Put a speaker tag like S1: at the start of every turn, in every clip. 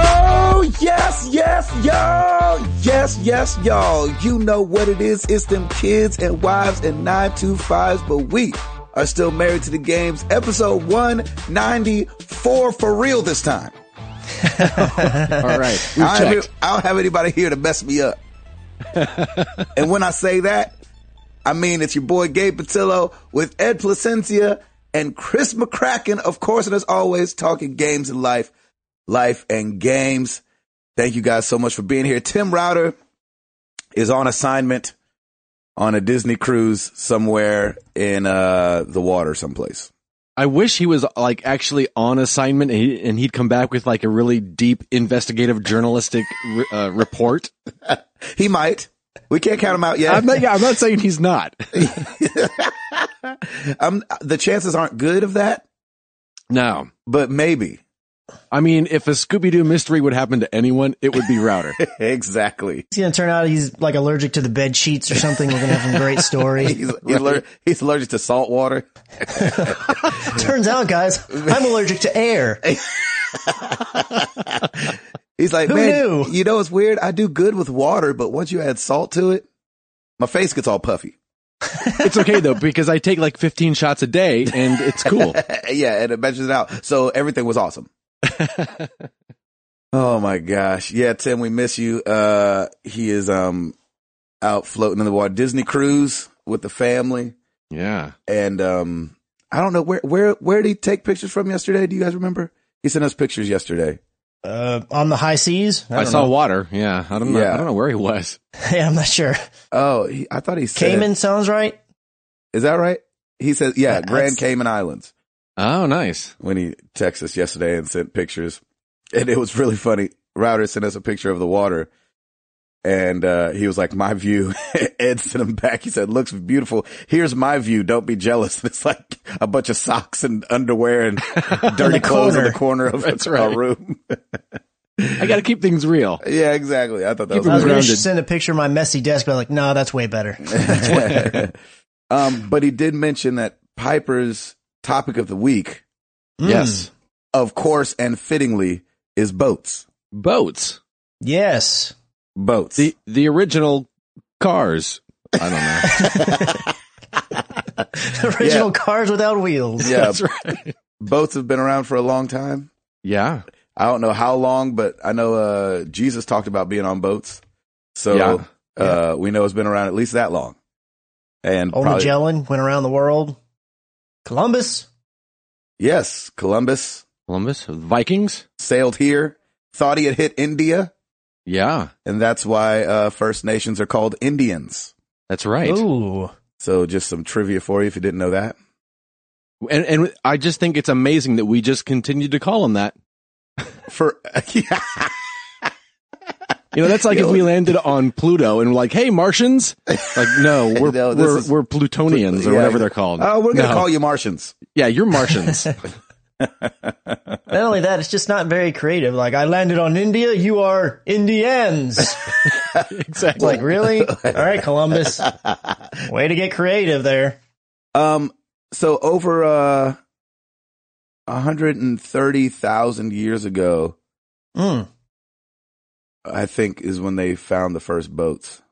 S1: Oh, Yes, yes, y'all. You know what it is. It's them kids and wives and 925s, but we are still married to the games. Episode 194 for real this time.
S2: All right. We've
S1: I don't,
S2: checked.
S1: have, I don't have anybody here to mess me up. and when I say that, I mean it's your boy Gabe Patillo with Ed Placencia and Chris McCracken, of course, and as always, talking games and life, life and games. Thank you guys so much for being here. Tim Router is on assignment on a Disney cruise somewhere in uh, the water, someplace.
S2: I wish he was like actually on assignment and, he, and he'd come back with like a really deep investigative journalistic re- uh, report.
S1: He might. We can't count him out yet.
S2: I'm not, yeah, I'm not saying he's not.
S1: Um, the chances aren't good of that,
S2: No.
S1: but maybe.
S2: I mean, if a Scooby Doo mystery would happen to anyone, it would be Router.
S1: exactly.
S3: It's gonna turn out he's like allergic to the bed sheets or something. We're gonna have some great story.
S1: He's, he's, aller- he's allergic to salt water.
S3: Turns out, guys, I'm allergic to air.
S1: He's like,
S3: Who
S1: man,
S3: knew?"
S1: you know, it's weird. I do good with water, but once you add salt to it, my face gets all puffy.
S2: it's okay though, because I take like 15 shots a day and it's cool.
S1: Uh, yeah. And it measures it out. So everything was awesome. oh my gosh. Yeah. Tim, we miss you. Uh, he is, um, out floating in the water. Disney cruise with the family.
S2: Yeah.
S1: and um I don't know where where where did he take pictures from yesterday? Do you guys remember? He sent us pictures yesterday.
S3: Uh, on the high seas.
S2: I,
S3: don't
S2: saw
S3: know.
S2: water. Yeah. I don't know.
S1: Yeah.
S2: I don't know where he was.
S3: Yeah, I'm not sure.
S1: Oh, he, I thought he said
S3: Cayman sounds right.
S1: Is that right? He said, yeah,
S3: Uh,
S1: Grand
S3: that's-
S1: Cayman Islands
S2: Oh, nice.
S1: when he texted us yesterday and sent pictures, and it was really funny. Router sent us a picture of the water, and uh, he was like, "My view." Ed sent him back. He said, "Looks beautiful. Here's my view. Don't be jealous." It's like a bunch of socks and underwear and dirty clothes in the corner of
S2: That's
S1: a,
S2: right.
S1: a room.
S2: I got to keep things real.
S1: Yeah, exactly. I thought that
S2: Keep
S3: I
S1: was
S3: was gonna
S2: Grounded.
S3: send a picture of my messy desk, but I'm like, no, that's way better.
S1: um, but he did mention that Piper's topic of the week,
S3: Mm.
S2: Yes.
S1: of course and fittingly, is boats.
S2: Boats.
S3: Yes.
S1: Boats.
S2: The the original cars. I don't know.
S3: Original cars without wheels.
S1: yeah,
S2: That's right.
S1: boats have been around for a long time.
S2: Yeah.
S1: I don't know how long, but I know uh, Jesus talked about being on boats. So
S2: Yeah.
S1: Uh, we know it's been around at least that long. And
S3: Old
S1: probably-
S3: Magellan went around the world. Columbus.
S1: yes, Columbus
S2: Columbus. Vikings.
S1: sailed here, thought he had hit India,
S2: Yeah.
S1: and that's why uh, First Nations are called Indians.
S2: That's right.
S3: Ooh.
S1: So just some trivia for you if you didn't know that.
S2: And and I just think it's amazing that we just continued to call him that.
S1: For yeah,
S2: You know, that's like if
S1: Yo.
S2: we landed on Pluto and we're like, "Hey, Martians!" Like, no, we're
S1: No, this
S2: we're,
S1: is-
S2: we're Plutonians or
S1: Yeah.
S2: whatever they're called.
S1: oh, we're gonna
S2: No.
S1: call you Martians.
S2: Yeah, you're Martians.
S3: Not only that, it's just not very creative. Like, I landed on India. You are Indians.
S2: exactly.
S3: like, really? All right, Columbus. Way to get creative there.
S1: Um, so over uh, hundred and thirty thousand years ago,
S3: Mm.
S1: I think is when they found the first boats.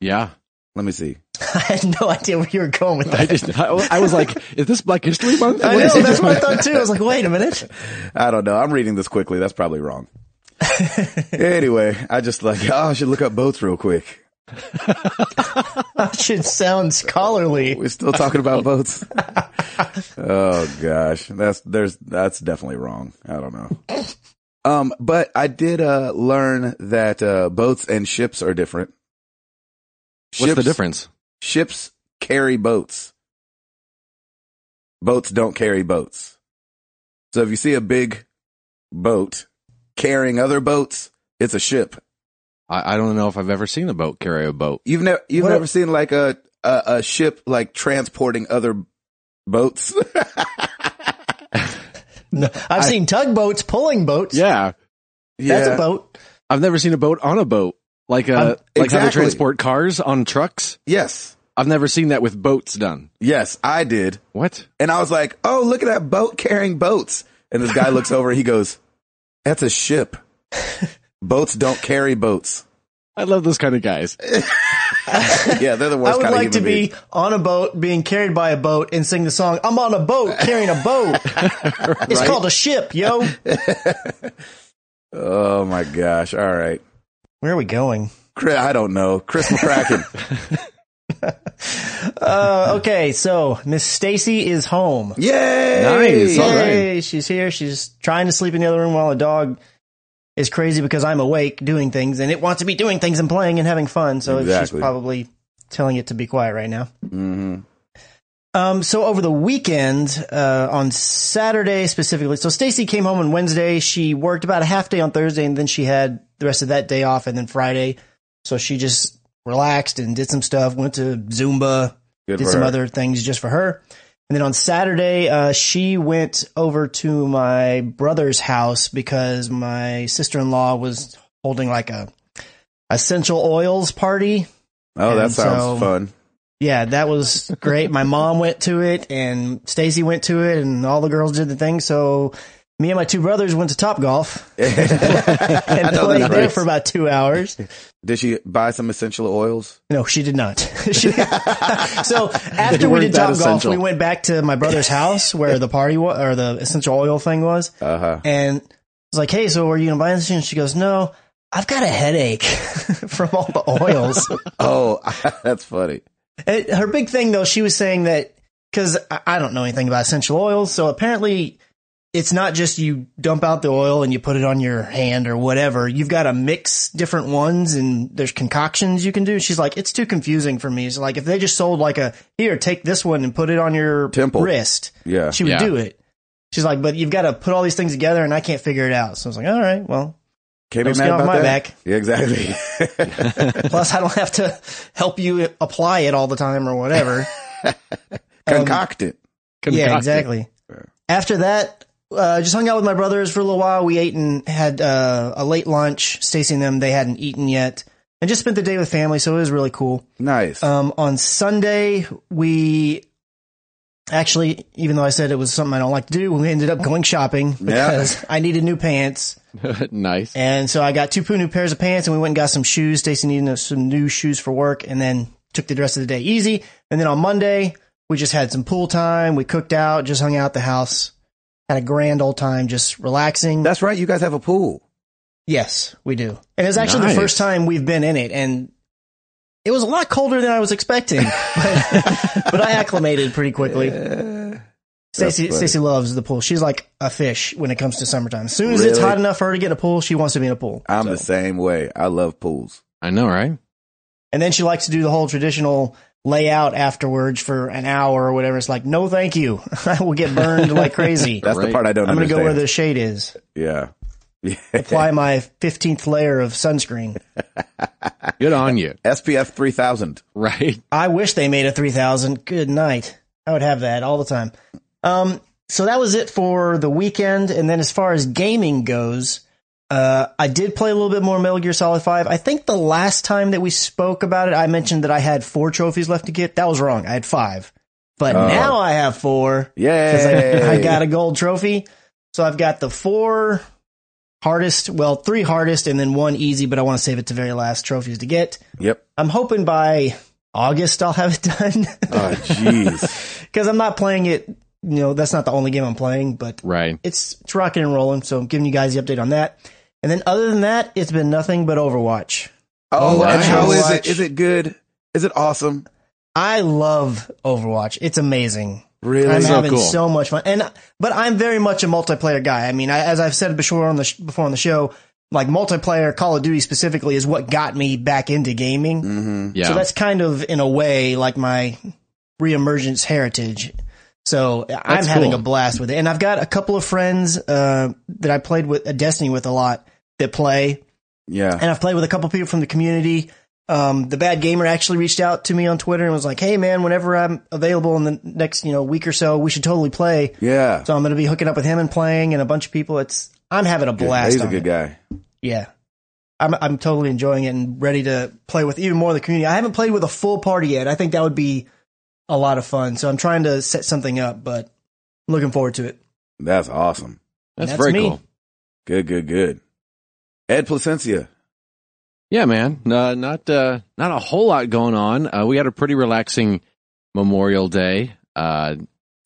S2: yeah,
S1: Let me see.
S3: I had no idea where you were going with
S2: I
S3: that.
S2: just I, I was like, "Is this Black History Month?"
S3: I
S2: What
S3: know,
S2: is
S3: that's
S2: it?
S3: what I thought too. I was like, wait a minute.
S1: I don't know. I'm reading this quickly. That's probably wrong. anyway, I just like oh, I should look up boats real quick.
S3: I should sound scholarly.
S1: We're still talking about boats. oh gosh, that's there's that's definitely wrong. I don't know. Um, but I did uh learn that uh boats and ships are different.
S2: What's the difference?
S1: Ships carry boats. Boats don't carry boats. So if you see a big boat carrying other boats, it's a ship.
S2: I, I don't know if I've ever seen a boat carry a boat.
S1: You've never you've
S3: What-
S1: never seen like a, a a ship like transporting other boats.
S3: No, I've seen tugboats pulling boats.
S2: Yeah,
S3: That's a boat.
S2: I've never seen a boat on a boat. Like uh,
S3: Um,
S2: like how they
S1: exactly.
S2: transport cars on trucks.
S1: Yes.
S2: I've never seen that with boats done.
S1: Yes, I did.
S2: What?
S1: And I was like, oh, look at that boat carrying boats. And this guy looks over and he goes, that's a ship. Boats don't carry boats.
S2: I love those kind of guys.
S1: yeah, they're the
S3: I
S1: worst
S3: would
S1: kind
S3: like
S1: of
S3: to
S1: human
S3: be
S1: being.
S3: on a boat, being carried by a boat, and sing the song "I'm on a boat carrying a boat." It's called a ship, yo.
S1: Oh my gosh! All right,
S3: Where are we going?
S1: Chris, I don't know. Chris McCracken.
S3: Uh, okay, so Miss Stacy is home.
S1: Yay!
S2: Nice, all right.
S3: Yay, she's here. She's trying to sleep in the other room while the dog is crazy because I'm awake doing things and it wants to be doing things and playing and having fun. So she's
S1: Exactly.
S3: probably telling it to be quiet right now.
S1: hmm
S3: Um, so over the weekend, uh, on Saturday specifically, so Stacy came home on Wednesday. She worked about a half day on Thursday and then she had the rest of that day off and then Friday. So she just relaxed and did some stuff, went to Zumba,
S1: Good
S3: did
S1: for
S3: some
S1: her.
S3: other things just for her. And then on Saturday, uh, she went over to my brother's house because my sister in law was holding like a essential oils party.
S1: Oh, that
S3: and
S1: sounds
S3: so-
S1: fun.
S3: Yeah, that was great. my mom went to it and Stacy went to it and all the girls did the thing. So me and my two brothers went to Top Golf and
S1: I know
S3: played
S1: that's
S3: there
S1: right.
S3: for about two hours.
S1: Did she buy some essential oils?
S3: No, she did not. She- so after we
S2: weren't
S3: did
S2: that
S3: Top Golf,
S2: essential.
S3: we went back to my brother's house where the party was, or the essential oil thing was,
S1: Uh huh.
S3: and I was like, "Hey, so are you gonna buy this?" And she goes, "No, I've got a headache from all the oils."
S1: Oh, that's funny.
S3: And her big thing though, she was saying that because I I don't know anything about essential oils, so apparently it's not just you dump out the oil and you put it on your hand or whatever. You've got to mix different ones and there's concoctions you can do. She's like, it's too confusing for me. So like, if they just sold like a here, take this one and put it on your
S1: Temple.
S3: wrist,
S1: Yeah.
S3: she would
S2: Yeah.
S3: do it. She's like, but you've got to put all these things together and I can't figure it out. So I was like, all right, well,
S1: Can't
S3: Don't
S1: be
S3: get
S1: mad
S3: off
S1: about
S3: my
S1: that.
S3: back.
S1: Yeah, exactly.
S3: plus I don't have to help you apply it all the time or whatever.
S1: Concoct it.
S3: Yeah,
S2: Concocted.
S3: exactly. After that, uh, just hung out with my brothers for a little while. We ate and had uh, a late lunch. Stacy and them they hadn't eaten yet, and just spent the day with family. So it was really cool.
S1: Nice.
S3: Um, on Sunday, we actually, even though I said it was something I don't like to do, we ended up going shopping because I needed new pants,
S2: nice.
S3: and so I got two new pairs of pants, and we went and got some shoes. Stacy needed some new shoes for work, and then took the rest of the day easy. And then on Monday, we just had some pool time. We cooked out, just hung out at the house, had a grand old time, just relaxing.
S1: that's right. You guys have a pool.
S3: yes, we do. And it's actually
S2: Nice.
S3: the first time we've been in it, and it was a lot colder than I was expecting, but, but I acclimated pretty quickly. Stacy
S1: funny.
S3: Stacy loves the pool. She's like a fish when it comes to summertime. As soon as it's
S1: Really?
S3: hot enough for her to get a pool, she wants to be in a pool.
S1: I'm
S3: So-
S1: the same way. I love pools.
S2: I know, right?
S3: And then she likes to do the whole traditional layout afterwards for an hour or whatever. It's like, no, thank you. I will get burned like crazy.
S1: That's the
S2: Right.
S1: part I don't
S3: I'm going to
S1: understand.
S3: go where the shade is.
S1: yeah. Yeah.
S3: Apply my 15th layer of sunscreen.
S2: Good on you.
S1: SPF 3000.
S2: Right?
S3: I wish they made a 3000. Good night. I would have that all the time. Um, so that was it for the weekend. And then as far as gaming goes, uh, I did play a little bit more Metal Gear Solid 5. I think the last time that we spoke about it, I mentioned that I had four trophies left to get. That was wrong. I had five. But
S1: Oh.
S3: now I have four. because
S1: Yay.
S3: I, I got a gold trophy. So I've got the four hardest, well, three hardest and then one easy, but I want to save it to very last trophies to get.
S1: Yep.
S3: I'm hoping by August I'll have it done
S1: Oh, jeez.
S3: because I'm not playing it. You know, that's not the only game I'm playing, but
S2: Right.
S3: it's, it's rocking and rolling. So I'm giving you guys the update on that. And then other than that, it's been nothing but Overwatch.
S1: Oh,
S2: Wow.
S1: and how is
S3: Watch.
S1: it? Is it good? Is it awesome?
S3: I love Overwatch. It's amazing.
S1: Really?
S3: I'm
S2: so
S3: having
S2: cool.
S3: so much fun, and but I'm very much a multiplayer guy. I mean, I, as I've said before on the sh- before on the show, like multiplayer Call of Duty specifically is what got me back into gaming.
S1: mm-hmm.
S2: Yeah.
S3: So that's kind of in a way like my reemergence heritage. So I'm
S2: That's
S3: having
S2: cool.
S3: a blast with it, and I've got a couple of friends uh, that I played with uh, Destiny with a lot that play,
S1: Yeah.
S3: and I've played with a couple people from the community. Um, the bad gamer actually reached out to me on Twitter and was like, "Hey man, whenever I'm available in the next you know week or so, we should totally play."
S1: Yeah.
S3: So I'm going to be hooking up with him and playing and a bunch of people. It's I'm having a blast.
S1: He's a
S3: on
S1: good
S3: it.
S1: guy.
S3: Yeah. I'm I'm totally enjoying it and ready to play with even more of the community. I haven't played with a full party yet. I think that would be a lot of fun. So I'm trying to set something up, but I'm looking forward to it.
S1: That's awesome.
S2: That's,
S3: That's
S2: very
S3: me.
S2: cool.
S1: Good, good, good. Ed Placencia.
S2: Yeah, man. Uh, not uh, not a whole lot going on. Uh, we had a pretty relaxing Memorial Day. Uh,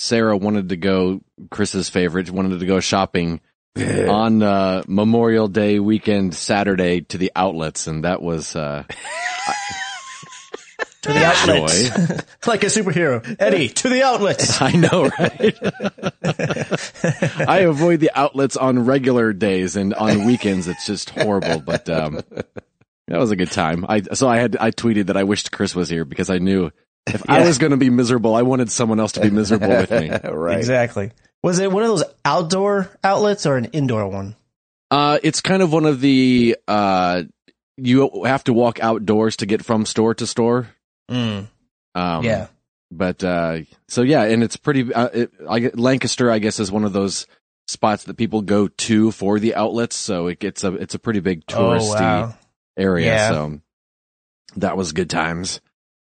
S2: Sarah wanted to go. Chris's favorite wanted to go shopping on uh, Memorial Day weekend, Saturday, to the outlets, and that was uh,
S3: To the outlets. like a superhero. Eddie, to the outlets.
S2: I know, right? I avoid the outlets on regular days and on weekends. It's just horrible, but um, that was a good time. I so I had I tweeted that I wished Chris was here because I knew if I was going to be miserable, I wanted someone else to be miserable with me.
S1: right.
S3: Exactly. Was it one of those outdoor outlets or an indoor one?
S2: Uh, it's kind of one of the uh, you have to walk outdoors to get from store to store.
S3: Mm,
S2: Um,
S3: yeah.
S2: but uh so yeah and it's pretty uh, it, I, get- lancaster i guess is one of those spots that people go to for the outlets so it gets a it's a pretty big touristy
S3: Oh, wow.
S2: area
S3: Yeah.
S2: so that was good times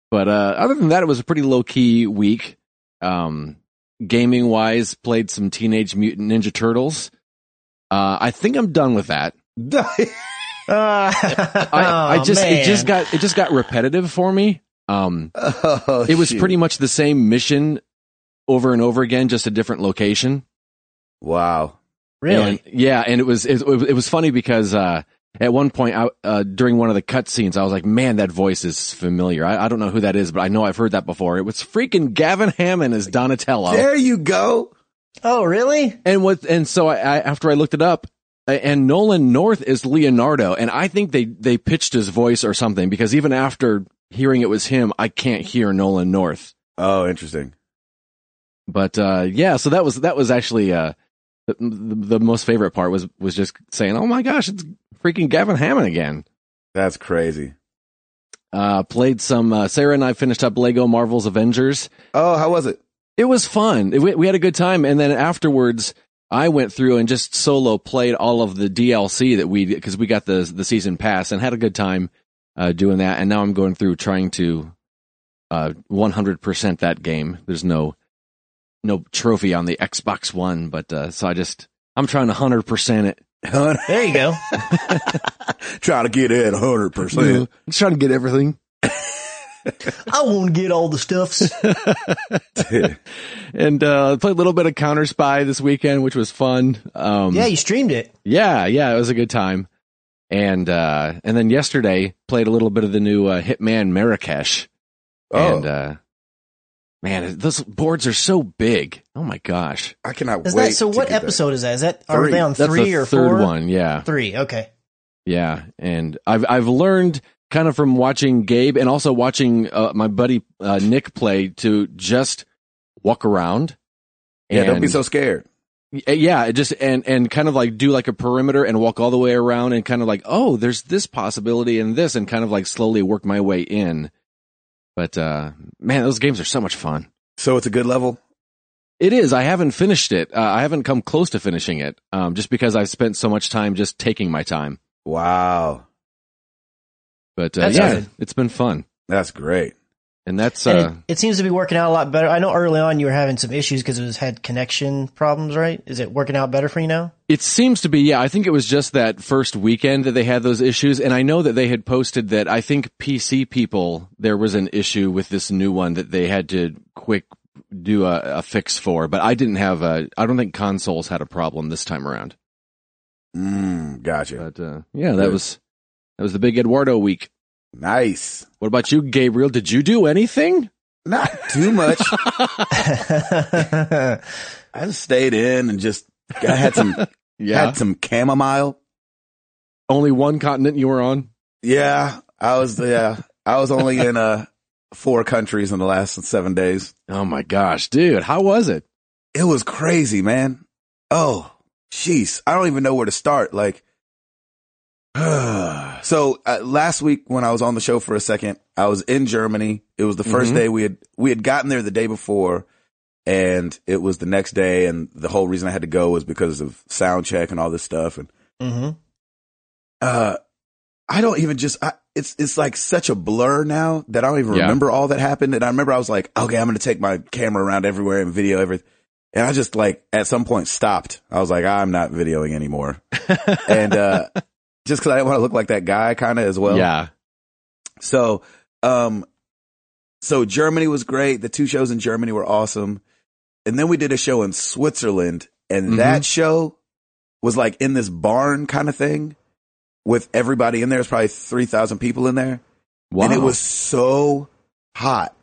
S2: but uh other than that it was a pretty low key week um gaming wise played some teenage mutant ninja turtles uh i think i'm done with that
S3: Uh,
S2: i, I
S3: oh,
S2: just it
S3: man.
S2: just got it just got repetitive for me um
S1: oh,
S2: it was
S1: shoot.
S2: pretty much the same mission over and over again, just a different location.
S1: Wow.
S3: really.
S2: And- yeah, and it was it, it was funny because uh, at one point I, uh, during one of the cutscenes, I was like, "Man, that voice is familiar. I, I don't know who that is, but I know I've heard that before." It was freaking Gavin Hammond as Donatello,
S1: There you go.
S3: oh, really?
S2: and what? And so I, I after I looked it up. uh, And Nolan North is Leonardo, and I think they they pitched his voice or something because even after hearing it was him, I can't hear Nolan North.
S1: Oh, interesting.
S2: but uh yeah so that was that was actually uh the, the, the most favorite part was was just saying oh my gosh it's freaking gavin hammond again
S1: That's crazy.
S2: uh played some uh, sarah and i finished up lego marvel's avengers
S1: Oh, how was it?
S2: it was fun It- we, we had a good time and then afterwards i went through and just solo played all of the dlc that we because we got the the season pass and had a good time uh doing that and now i'm going through trying to uh 100% that game there's no no trophy on the Xbox One, but uh, so I just I'm trying to hundred percent it.
S3: There you go.
S1: Try to get in 100%.
S2: I'm trying to get everything.
S3: I won't get all the stuffs.
S2: And uh, played a little bit of Counter Spy this weekend, which was fun. Um,
S3: yeah, you streamed it.
S2: yeah, yeah, it was a good time. And uh, and then yesterday played a little bit of the new uh, Hitman Marrakesh.
S1: Oh.
S2: And uh, man, those boards are so big. Oh my gosh,
S1: I cannot
S3: Is
S1: wait.
S3: that so?
S1: to
S3: What
S1: get that.
S3: episode is that? Is that are
S1: Three.
S3: they on
S2: that's
S3: three
S2: the
S3: or
S2: third
S3: four?
S2: one. Yeah,
S3: Three. Okay.
S2: Yeah, and I've I've learned kind of from watching Gabe and also watching uh, my buddy uh, Nick play to just walk around.
S1: Yeah, don't be
S2: and-
S1: so scared.
S2: Yeah, it just and and kind of like do like a perimeter and walk all the way around and kind of like oh, there's this possibility and this and kind of like slowly work my way in. But uh man, those games are so much fun.
S1: So it's a good level?
S2: It is. I haven't finished it. Uh, I haven't come close to finishing it, um, just because I've spent so much time just taking my time.
S1: Wow.
S2: But uh,
S3: That's
S2: yeah,
S3: good.
S2: it's been fun,
S1: That's great.
S2: and that's
S3: And
S2: uh,
S3: it, it seems to be working out a lot better. I know early on you were having some issues because it was had connection problems, right? Is it working out better for you now?
S2: It seems to be, yeah. I think it was just that first weekend that they had those issues, and I know that they had posted that I think PC people there was an issue with this new one that they had to quick do a, a fix for, but I didn't have a. I don't think consoles had a problem this time around.
S1: Mm, gotcha.
S2: But uh, yeah, that was that was the big Eduardo week.
S1: Nice.
S2: What about you, Gabriel? Did you do anything?
S1: Not too much.
S3: oh,
S1: I just stayed in and just I had some had some chamomile.
S2: only one continent you were on.
S1: Yeah, I was yeah, I was only in uh four countries in the last 7 days.
S2: Oh my gosh, dude, how was it?
S1: It was crazy, man. Oh, jeez. I don't even know where to start. Like, so uh, last week when I was on the show for a second, I was in Germany. It was the 1st
S2: Mhm.
S1: day we had, we had gotten there the day before and it was the next day. And the whole reason I had to go was because of sound check and all this stuff. And, Mm-hmm.
S3: Mhm.
S1: uh, I don't even just, I, it's, it's like such a blur now that I don't even
S2: Yeah.
S1: remember all that happened. And I remember I was like, okay, I'm going to take my camera around everywhere and video everything. And I just like, at some point stopped. I was like, I'm not videoing anymore. and, uh, just because I didn't want to look like that guy, kind of as well.
S2: yeah.
S1: So, um, so Germany was great. The two shows in Germany were awesome. And then we did a show in Switzerland and
S2: Mhm.
S1: that show was like in this barn kind of thing with everybody in there. There's probably 3,000 people in there
S2: Wow.
S1: and it was so hot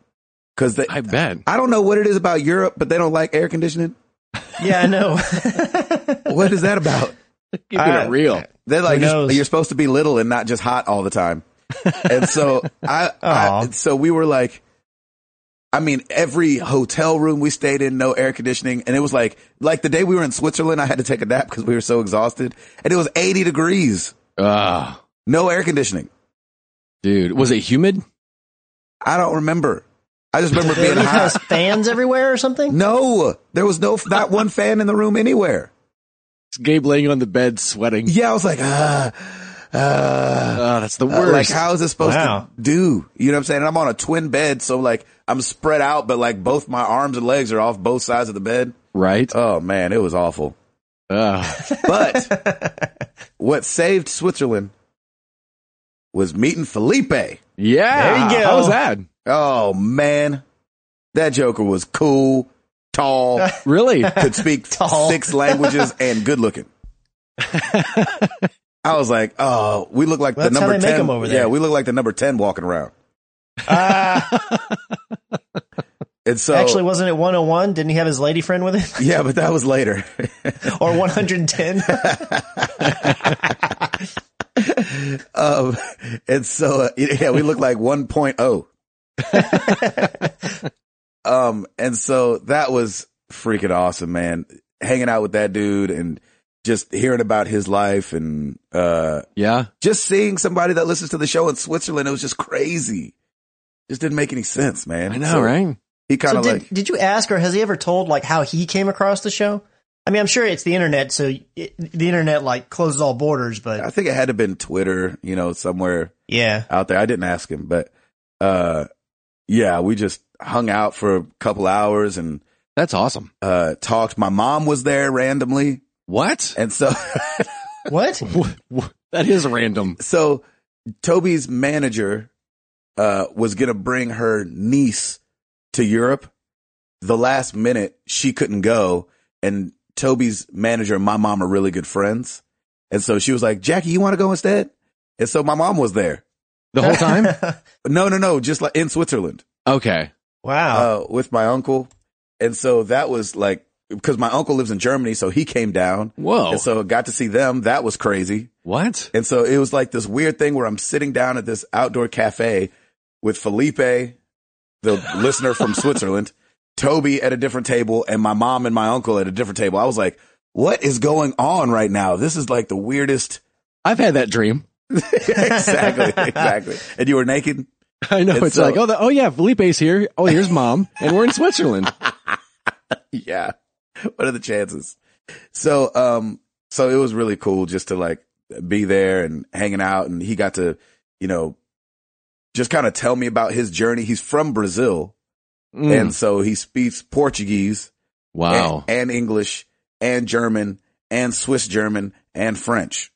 S1: because they,
S2: I bet.
S1: I don't know what it is about Europe, but they don't like air conditioning.
S3: Yeah, I know.
S1: What is that about?
S2: Keeping
S3: I-
S2: it real.
S1: They're like,
S3: Who
S1: you're,
S3: knows?
S1: you're supposed to be little and not just hot all the time. And so I, I
S3: Aw.
S1: so we were like, I mean, every hotel room we stayed in, no air conditioning. And it was like, like the day we were in Switzerland, I had to take a nap because we were so exhausted and it was 80 degrees,
S2: Oh,
S1: no air conditioning.
S2: dude. Was it humid?
S1: I don't remember. I just remember
S3: It
S1: being hot.
S3: has fans everywhere or something.
S1: No, there was no, not one fan in the room anywhere.
S2: It's Gabe laying on the bed sweating.
S1: Yeah. I was like, ah, ah.
S2: Oh, that's the
S1: Uh,
S2: worst.
S1: like, how is it supposed
S3: Wow.
S1: to do? You know what I'm saying? And I'm on a twin bed, so like I'm spread out, but like both my arms and legs are off both sides of the bed.
S2: right? Ah.
S1: Oh man, it was awful.
S2: Ugh.
S1: But what saved Switzerland was meeting Felipe.
S2: yeah.
S3: There you go.
S2: How was that?
S1: Oh man, that Joker was cool, tall,
S2: Really?
S1: could speak
S3: Tall.
S1: six languages, and good looking. I was like, oh, we look like
S3: Well,
S1: the
S3: that's how
S1: number
S3: they make
S1: ten.
S3: 'em over
S1: Yeah,
S3: there.
S1: we look like the number ten walking around.
S3: Ah,
S1: And so,
S3: actually, wasn't it 101? Didn't he have his lady friend with him?
S1: yeah, but that was later.
S3: Or 110?
S1: Um, and so, uh, yeah, we look like 1.0. um, and so that was freaking awesome, man. Hanging out with that dude and just hearing about his life and, uh,
S2: yeah.
S1: just seeing somebody that listens to the show in Switzerland, it was just crazy. Just didn't make any sense, man.
S2: I know,
S1: So
S2: right?
S1: He kind
S3: so
S1: of
S3: did,
S1: like,
S3: did you ask or has he ever told like how he came across the show? I mean, I'm sure it's the internet, so it, the internet like closes all borders,
S1: I
S3: but
S1: think it had to have been Twitter, you know, somewhere.
S3: yeah.
S1: out there. I didn't ask him, but uh yeah, we just hung out for a couple hours and
S2: That's awesome.
S1: uh talked. My mom was there randomly.
S2: What?
S1: And so
S3: What?
S2: that is random.
S1: so Toby's manager uh was going to bring her niece to Europe. The last minute she couldn't go and Toby's manager and my mom are really good friends. And so she was like, "Jackie, you want to go instead?" And so my mom was there.
S2: The whole time?
S1: No, no, no, just like in Switzerland.
S2: Okay.
S3: wow.
S1: uh, with my uncle. And so that was like, because my uncle lives in Germany, so he came down.
S2: Whoa.
S1: And so got to see them. That was crazy.
S2: what?
S1: And so it was like this weird thing where I'm sitting down at this outdoor cafe with Felipe, the listener from Switzerland, Toby at a different table, and my mom and my uncle at a different table. I was like, what is going on right now? This is like the weirdest.
S2: I've had that dream.
S1: exactly. Exactly. And you were naked.
S2: I know.
S1: And
S2: It's
S1: so-
S2: like, oh, the, oh yeah, Felipe's here. Oh, here's mom. and we're in Switzerland.
S1: yeah. What are the chances? So, um, so it was really cool just to like be there and hanging out. And he got to, you know, just kind of tell me about his journey. He's from Brazil.
S2: Mm.
S1: And so he speaks Portuguese
S2: wow.
S1: and, and English and German and Swiss German and French.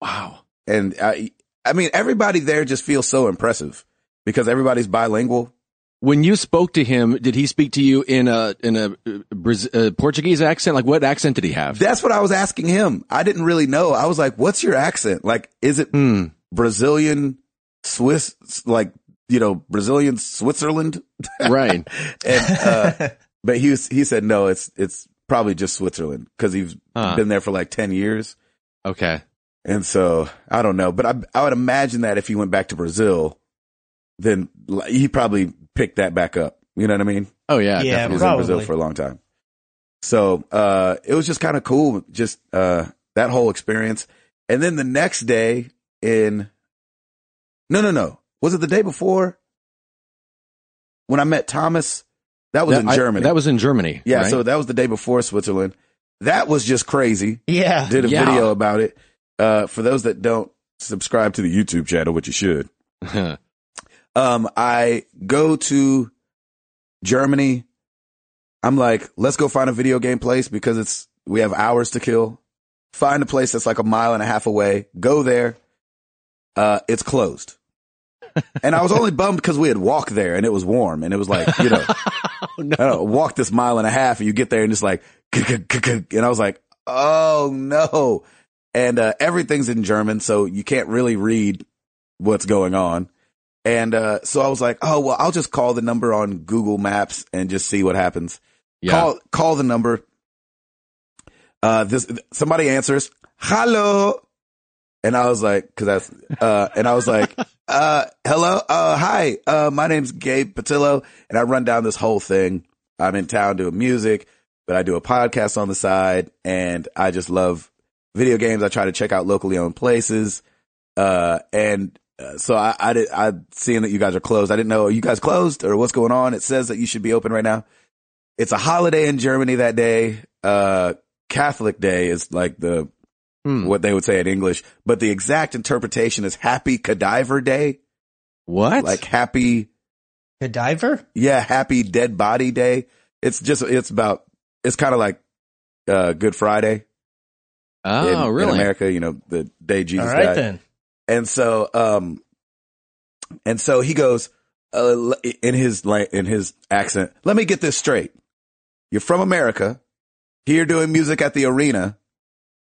S2: wow.
S1: And I, I mean, everybody there just feels so impressive because everybody's bilingual.
S2: When you spoke to him, did he speak to you in a in a, uh, Braz- uh, Portuguese accent? Like, what accent did he have?
S1: That's what I was asking him. I didn't really know. I was like, what's your accent? Like, is it
S2: Hmm.
S1: Brazilian, Swiss, like, you know, Brazilian Switzerland.
S2: right.
S1: And, uh, but he was, he said, no, it's, it's probably just Switzerland because he's
S2: Huh.
S1: been there for like 10 years.
S2: Okay.
S1: And so I don't know, but I, I would imagine that if he went back to Brazil, then like, he probably picked that back up. You know what I mean?
S2: Oh yeah.
S3: Yeah,
S1: He
S2: definitely.
S1: was in Brazil
S3: Probably.
S1: for a long time. So, uh, it was just kind of cool. Just, uh, that whole experience. And then the next day in, no, no, no. Was it the day before when I met Thomas? That was
S2: That-
S1: in
S2: I-
S1: Germany.
S2: that was in Germany.
S1: yeah.
S2: right?
S1: So that was the day before Switzerland. That was just crazy.
S3: yeah.
S1: Did a
S2: Yeah.
S1: video about it. Uh, for those that don't subscribe to the YouTube channel, which you should, um, I go to Germany. I'm like, let's go find a video game place because it's, we have hours to kill. Find a place that's like a mile and a half away. Go there. uh, it's closed. and I was only bummed because we had walked there and it was warm and it was like, you know, I don't know, walk this mile and a half and you get there and it's like, and I was like, oh no. And, uh, everything's in German. So you can't really read what's going on. And, uh, so I was like, oh, well, I'll just call the number on Google maps and just see what happens.
S2: Yeah.
S1: Call, call the number. Uh, this, somebody answers, hello. And I was like, cause that's, uh, and I was like, uh, hello, uh, hi, uh, my name's Gabe Patillo. And I run down this whole thing. I'm in town doing music, but I do a podcast on the side and I just love video games. I try to check out locally owned places. Uh, and uh, so I, I did, I seeing that you guys are closed. I didn't know, are you guys closed or what's going on? It says that you should be open right now. It's a holiday in Germany that day. Uh, Catholic day is like the
S2: Hmm.
S1: what they would say in English, but the exact interpretation is Happy Cadaver Day,
S2: What?
S1: like Happy,
S3: Cadaver?
S1: yeah, Happy Dead Body Day. It's just, it's about, it's kind of like uh, Good Friday.
S2: oh,
S1: in, in
S2: really?
S1: America, you know, the day Jesus
S3: All right
S1: died.
S3: then.
S1: And so, um, and so he goes uh, l- in his la- in his accent. Let me get this straight. You're from America. Here doing music at the arena,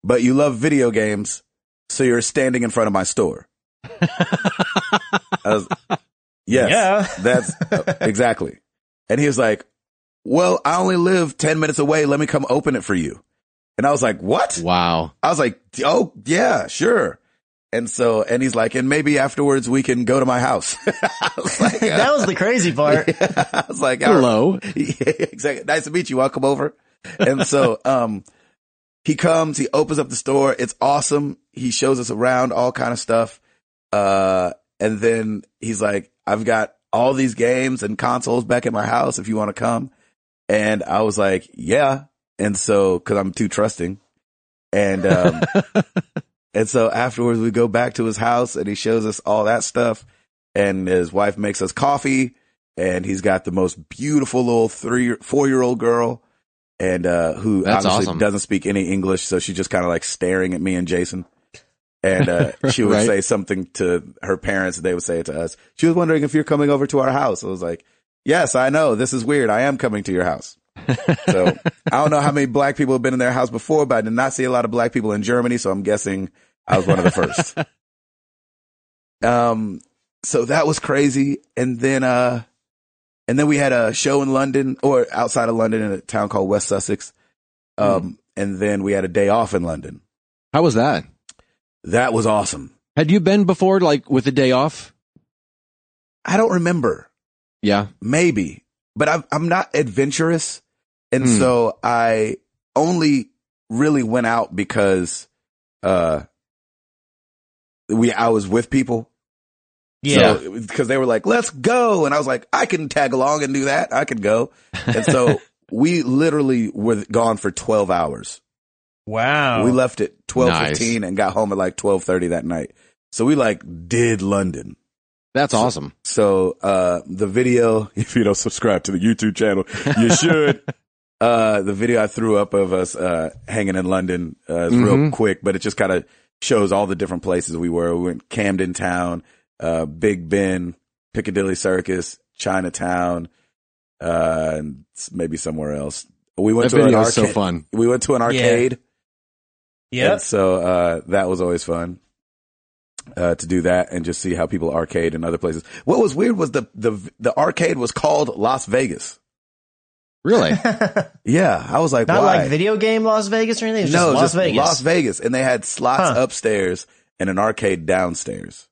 S1: but you love video games, so you're standing in front of my store. I was, yes,
S3: Yeah.
S1: that's uh, exactly. And he was like, "Well, I only live ten minutes away. Let me come open it for you." And I was like, "What?"
S2: Wow.
S1: I was like, oh yeah, sure. And so, and he's like, and maybe afterwards we can go to my house. I was like, "Uh,
S3: that was the crazy part.
S1: I was like, all right.
S2: Hello.
S1: Yeah, exactly. Nice to meet you. I'll come over. And so, um, he comes, he opens up the store. It's awesome. He shows us around all kind of stuff. Uh, and then he's like, I've got all these games and consoles back at my house if you want to come. And I was like, yeah. And so, cause I'm too trusting. And, um, and so afterwards we go back to his house and he shows us all that stuff and his wife makes us coffee and he's got the most beautiful little three four year old girl and uh who
S2: That's
S1: obviously
S2: awesome.
S1: doesn't speak any english so she's just kind of like staring at me and jason and uh she would
S2: Right.
S1: say something to her parents and they would say it to us she was wondering if you're coming over to our house i was like yes i know this is weird i am coming to your house so I don't know how many black people have been in their house before, but I did not see a lot of black people in Germany, so I'm guessing I was one of the first. um, so that was crazy, and then uh, and then we had a show in London or outside of London in a town called West Sussex. Um, and then we had a day off in London.
S2: How was that?
S1: That was awesome.
S2: Had you been before, like with a day off?
S1: I don't remember.
S2: Yeah.
S1: maybe, but I've, I'm not adventurous. And
S2: Hmm.
S1: so I only really went out because, uh, we, I was with people.
S3: Yeah.
S1: So, cause they were like, let's go. And I was like, I can tag along and do that. I could go. And so we literally were gone for 12 hours.
S3: wow.
S1: We left at 12:15
S2: Oh. Nice.
S1: and got home at like 12:30 that night. So we like did London.
S2: That's awesome.
S1: So uh the video, if you don't subscribe to the YouTube channel, you should. uh the video I threw up of us uh hanging in London uh, is real
S2: Mhm.
S1: quick, but it just kind of shows all the different places we were. We went Camden Town, uh Big Ben, Piccadilly Circus, Chinatown, uh and s- maybe somewhere else. We went
S2: That
S1: to an
S2: video is so
S1: arcade.
S2: fun.
S1: we went to an arcade. And
S3: Yep.
S1: so uh, that was always fun uh, to do that and just see how people arcade in other places. What was weird was the the the arcade was called Las Vegas.
S2: Really?
S1: Yeah, I was like,
S3: Not
S1: why?
S3: like video game Las Vegas or anything. It's
S1: no,
S3: just Las
S1: just
S3: Vegas.
S1: Las Vegas, and they had slots
S3: Huh.
S1: upstairs and an arcade downstairs.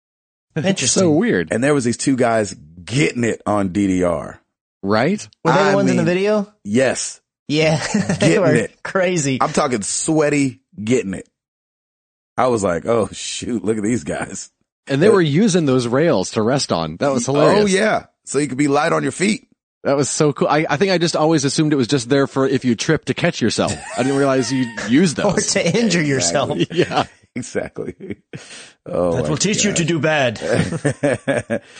S3: Interesting.
S2: so weird,
S1: And there was these two guys getting it on DDR.
S2: right?
S3: were they
S1: I
S3: the ones in
S1: mean-
S3: the video?
S1: Yes,
S3: Yeah. they
S1: Getting
S3: were
S1: it.
S3: crazy.
S1: I'm talking sweaty getting it. I was like, oh shoot, look at these guys.
S2: And they were using those rails to rest on. That was hilarious.
S1: Oh yeah, so you could be light on your feet.
S2: That was so cool. I, I think I just always assumed it was just there for if you trip to catch yourself. I didn't realize you use
S3: or
S2: those.
S3: to injure
S2: Oh,
S3: yourself.
S1: Exactly.
S2: yeah.
S1: Exactly. Oh,
S3: That
S1: my
S3: will teach you to do bad.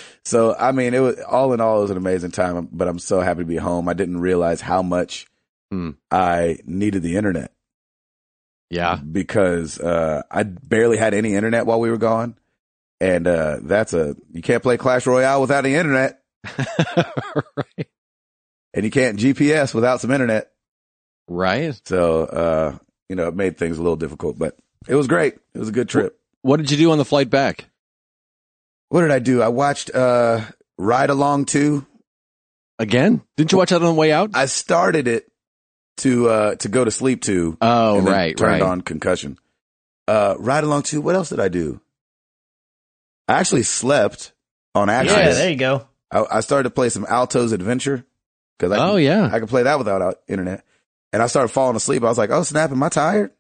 S1: so I mean, it was all in all, it was an amazing time. But I'm so happy to be home. I didn't realize how much
S2: Hmm.
S1: I needed the internet
S2: Yeah. Ah.
S1: because uh, I barely had any internet while we were gone, and uh, that's a you can't play Clash Royale without the internet,
S2: right.
S1: and you can't GPS without some internet.
S2: Right.
S1: So uh, you know, it made things a little difficult, but it was great. It was a good trip.
S2: What did you do on the flight back?
S1: What did I do? I watched uh, Ride Along Two.
S2: Again? Didn't you watch that on the way out?
S1: I started it to uh, to go to sleep to.
S2: Oh,
S1: and then
S2: right,
S1: turned
S2: right.
S1: on concussion. Uh, ride along to what else did I do? I actually slept on accident.
S3: Yeah, there you go.
S1: I, I started to play some Alto's Adventure because I
S2: oh,
S1: can,
S2: yeah.
S1: I could play that without out- internet. And I started falling asleep. I was like, "Oh snap! Am I tired?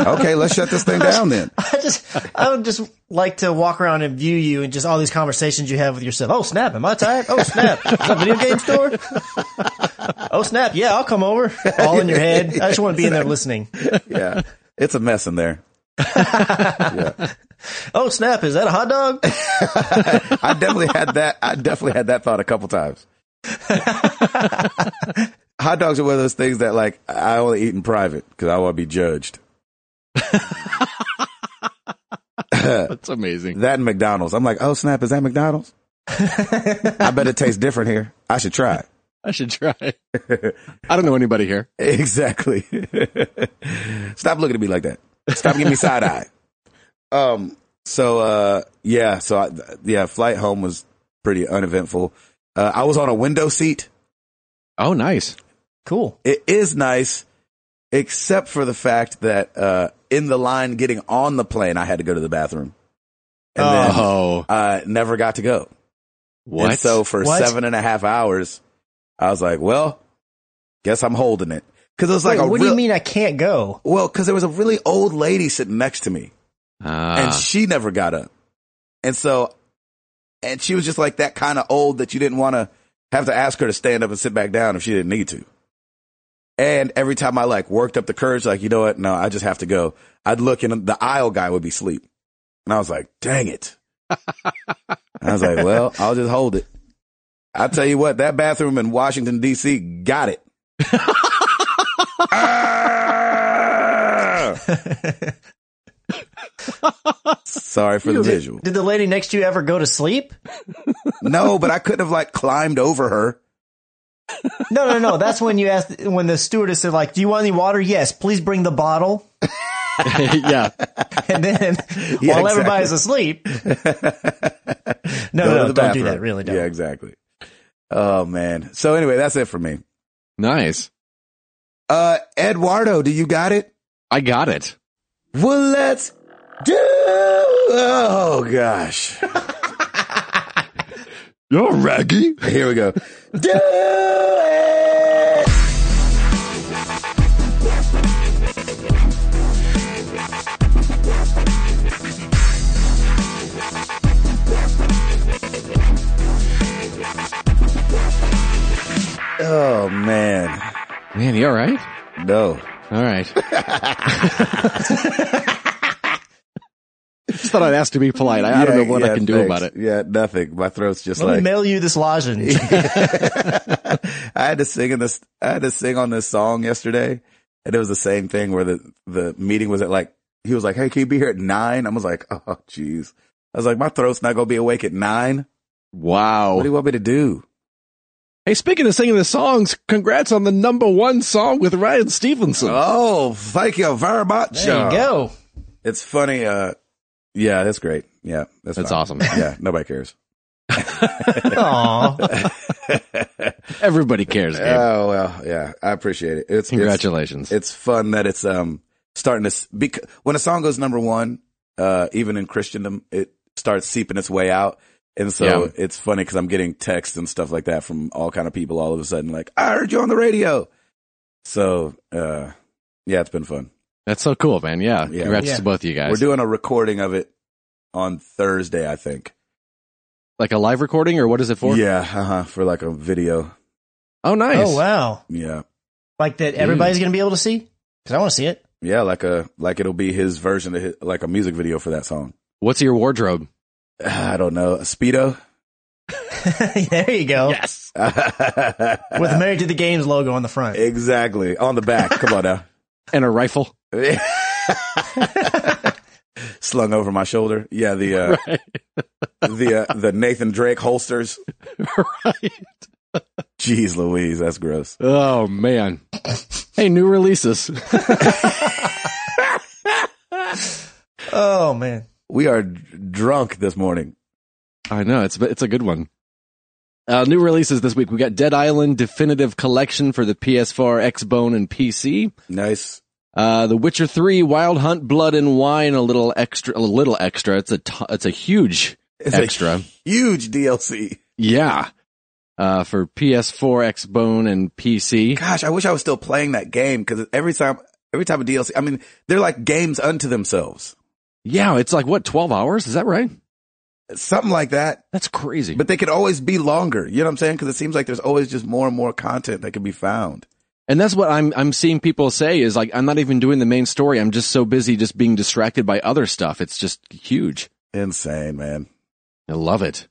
S1: okay, let's shut this thing down then."
S3: I just, I would just like to walk around and view you and just all these conversations you have with yourself. Oh snap! Am I tired? Oh snap! Is that a video game store? Oh snap! Yeah, I'll come over. All in your head. I just want to be in there listening.
S1: Yeah, it's a mess in there. yeah,
S3: Oh snap! Is that a hot dog?
S1: I definitely had that. I definitely had that thought a couple times. Hot dogs are one of those things that like I only eat in private because I want to be judged.
S2: That's amazing.
S1: That and McDonald's. I'm like, oh snap, is that McDonald's? I bet it tastes different here. I should try it.
S2: I should try. I don't know anybody here.
S1: Exactly. Stop looking at me like that. Stop giving me side eye. Um. So uh, yeah. So I, yeah, flight home was pretty uneventful. Uh, I was on a window seat.
S2: Oh, nice.
S3: Cool.
S1: It is nice, except for the fact that uh, in the line getting on the plane, I had to go to the bathroom, and then
S2: Oh,
S1: uh, never got to go.
S2: what?
S1: And so for
S3: Uh-huh. What?
S1: seven and a half hours, I was like, well, guess I'm holding it. Cause it was like
S3: Wait,
S1: a
S3: what do
S1: real,
S3: you mean I can't go?
S1: well, cause there was a really old lady sitting next to me
S2: Ah.
S1: and she never got up. And so, and she was just like that kind of old that you didn't want to have to ask her to stand up and sit back down if she didn't need to. And every time I like worked up the courage, like, you know what? No, I just have to go. I'd look and the aisle guy would be asleep. And I was like, dang it. I was like, well, I'll just hold it. I'll tell you what, that bathroom in Washington, D.C. got it. Ah! Sorry for the visual.
S3: Did the lady next to you ever go to sleep?
S1: No, but I couldn't have like climbed over her.
S3: No, no, no. That's when you asked when the stewardess said, "Like, do you want any water? Yes, please bring the bottle."
S2: Ah. yeah.
S3: And then
S1: Yeah,
S3: while
S1: exactly.
S3: everybody's asleep, no,
S1: Go to
S3: no,
S1: the
S3: don't do
S1: bathroom.
S3: that. Really, don't.
S1: Yeah, exactly. Oh man. So anyway, that's it for me.
S2: Nice.
S1: Uh, Eduardo, do you got it?
S2: I got it.
S1: Well, let's do. Oh gosh.
S2: You're raggy.
S1: Here we go. do it. Oh man,
S2: Man, you all right?
S1: no.
S2: All right. Just thought I'd ask to be polite. I, I don't
S1: Yeah,
S2: know what
S1: yeah,
S2: I can do
S1: thanks.
S2: about it.
S1: Yeah, nothing. My throat's just
S3: Let me
S1: like
S3: mail you this lozenge.
S1: I had to sing in this. I had to sing on this song yesterday, and it was the same thing where the the meeting was at like he was like, "Hey, can you be here at 9? I was like, "Oh, jeez." I was like, "My throat's not gonna be awake at nine. What do
S2: Wow.
S1: you want me to do?"
S2: Hey, speaking of singing the songs, congrats on the number one song with Ryan Stevenson.
S1: Oh, thank you very much.
S3: There you go.
S1: Uh, It's funny. Uh, yeah, that's great. Yeah, that's
S2: That's
S1: fine.
S2: awesome.
S1: Yeah, nobody cares.
S3: Aw.
S2: Everybody cares, Gabe.
S1: Oh well, yeah, I appreciate it. It's it's-
S2: Congratulations.
S1: it's fun that it's um starting to because when a song goes number one, uh, even in Christendom, it starts seeping its way out. And so
S2: Yeah.
S1: it's funny because I'm getting texts and stuff like that from all kind of people all of a sudden, like I heard you on the radio. So uh, yeah, it's been fun.
S2: That's so cool, man. Yeah.
S1: Yeah.
S2: Congrats
S3: Yeah.
S2: to both of you guys.
S1: We're doing a recording of it on Thursday, I think.
S2: like a live recording or what is it for?
S1: Yeah, uh-huh, for like a video.
S2: Oh, nice.
S3: Oh wow!
S1: Yeah,
S3: Like that, everybody's going to be able to see because I want to see it.
S1: yeah, like a like it'll be his version of his, like a music video for that song.
S2: What's your wardrobe?
S1: I don't know, a speedo.
S3: there you go.
S2: Yes.
S3: With married to the games logo on the front.
S1: Exactly. On the back. Come on now.
S2: And a rifle.
S1: slung over my shoulder. Yeah, the uh, the uh, the Nathan Drake holsters.
S2: right.
S1: Jeez, Louise, that's gross.
S2: Oh man. Hey, new releases.
S3: Oh man.
S1: We are d- drunk this morning.
S2: I know it's it's a good one. Uh, new releases this week. We got Dead Island Definitive Collection for the PS4, Xbone, and PC.
S1: Nice.
S2: Uh, The Witcher Three, Wild Hunt, Blood and Wine. A little extra. A little extra. It's a t- it's a huge
S1: It's a
S2: extra.
S1: huge DLC.
S2: yeah. Uh, for PS4, Xbone, and PC.
S1: Gosh, I wish I was still playing that game because every time, every time a DLC, I mean, they're like games unto themselves,
S2: Yeah, it's like what twelve hours? Is that right?
S1: something like that.
S2: That's crazy.
S1: But they could always be longer. You know what I'm saying? Because it seems like there's always just more and more content that can be found.
S2: And that's what I'm I'm seeing people say is like I'm not even doing the main story. I'm just so busy just being distracted by other stuff. It's just huge.
S1: Insane, man.
S2: I love it.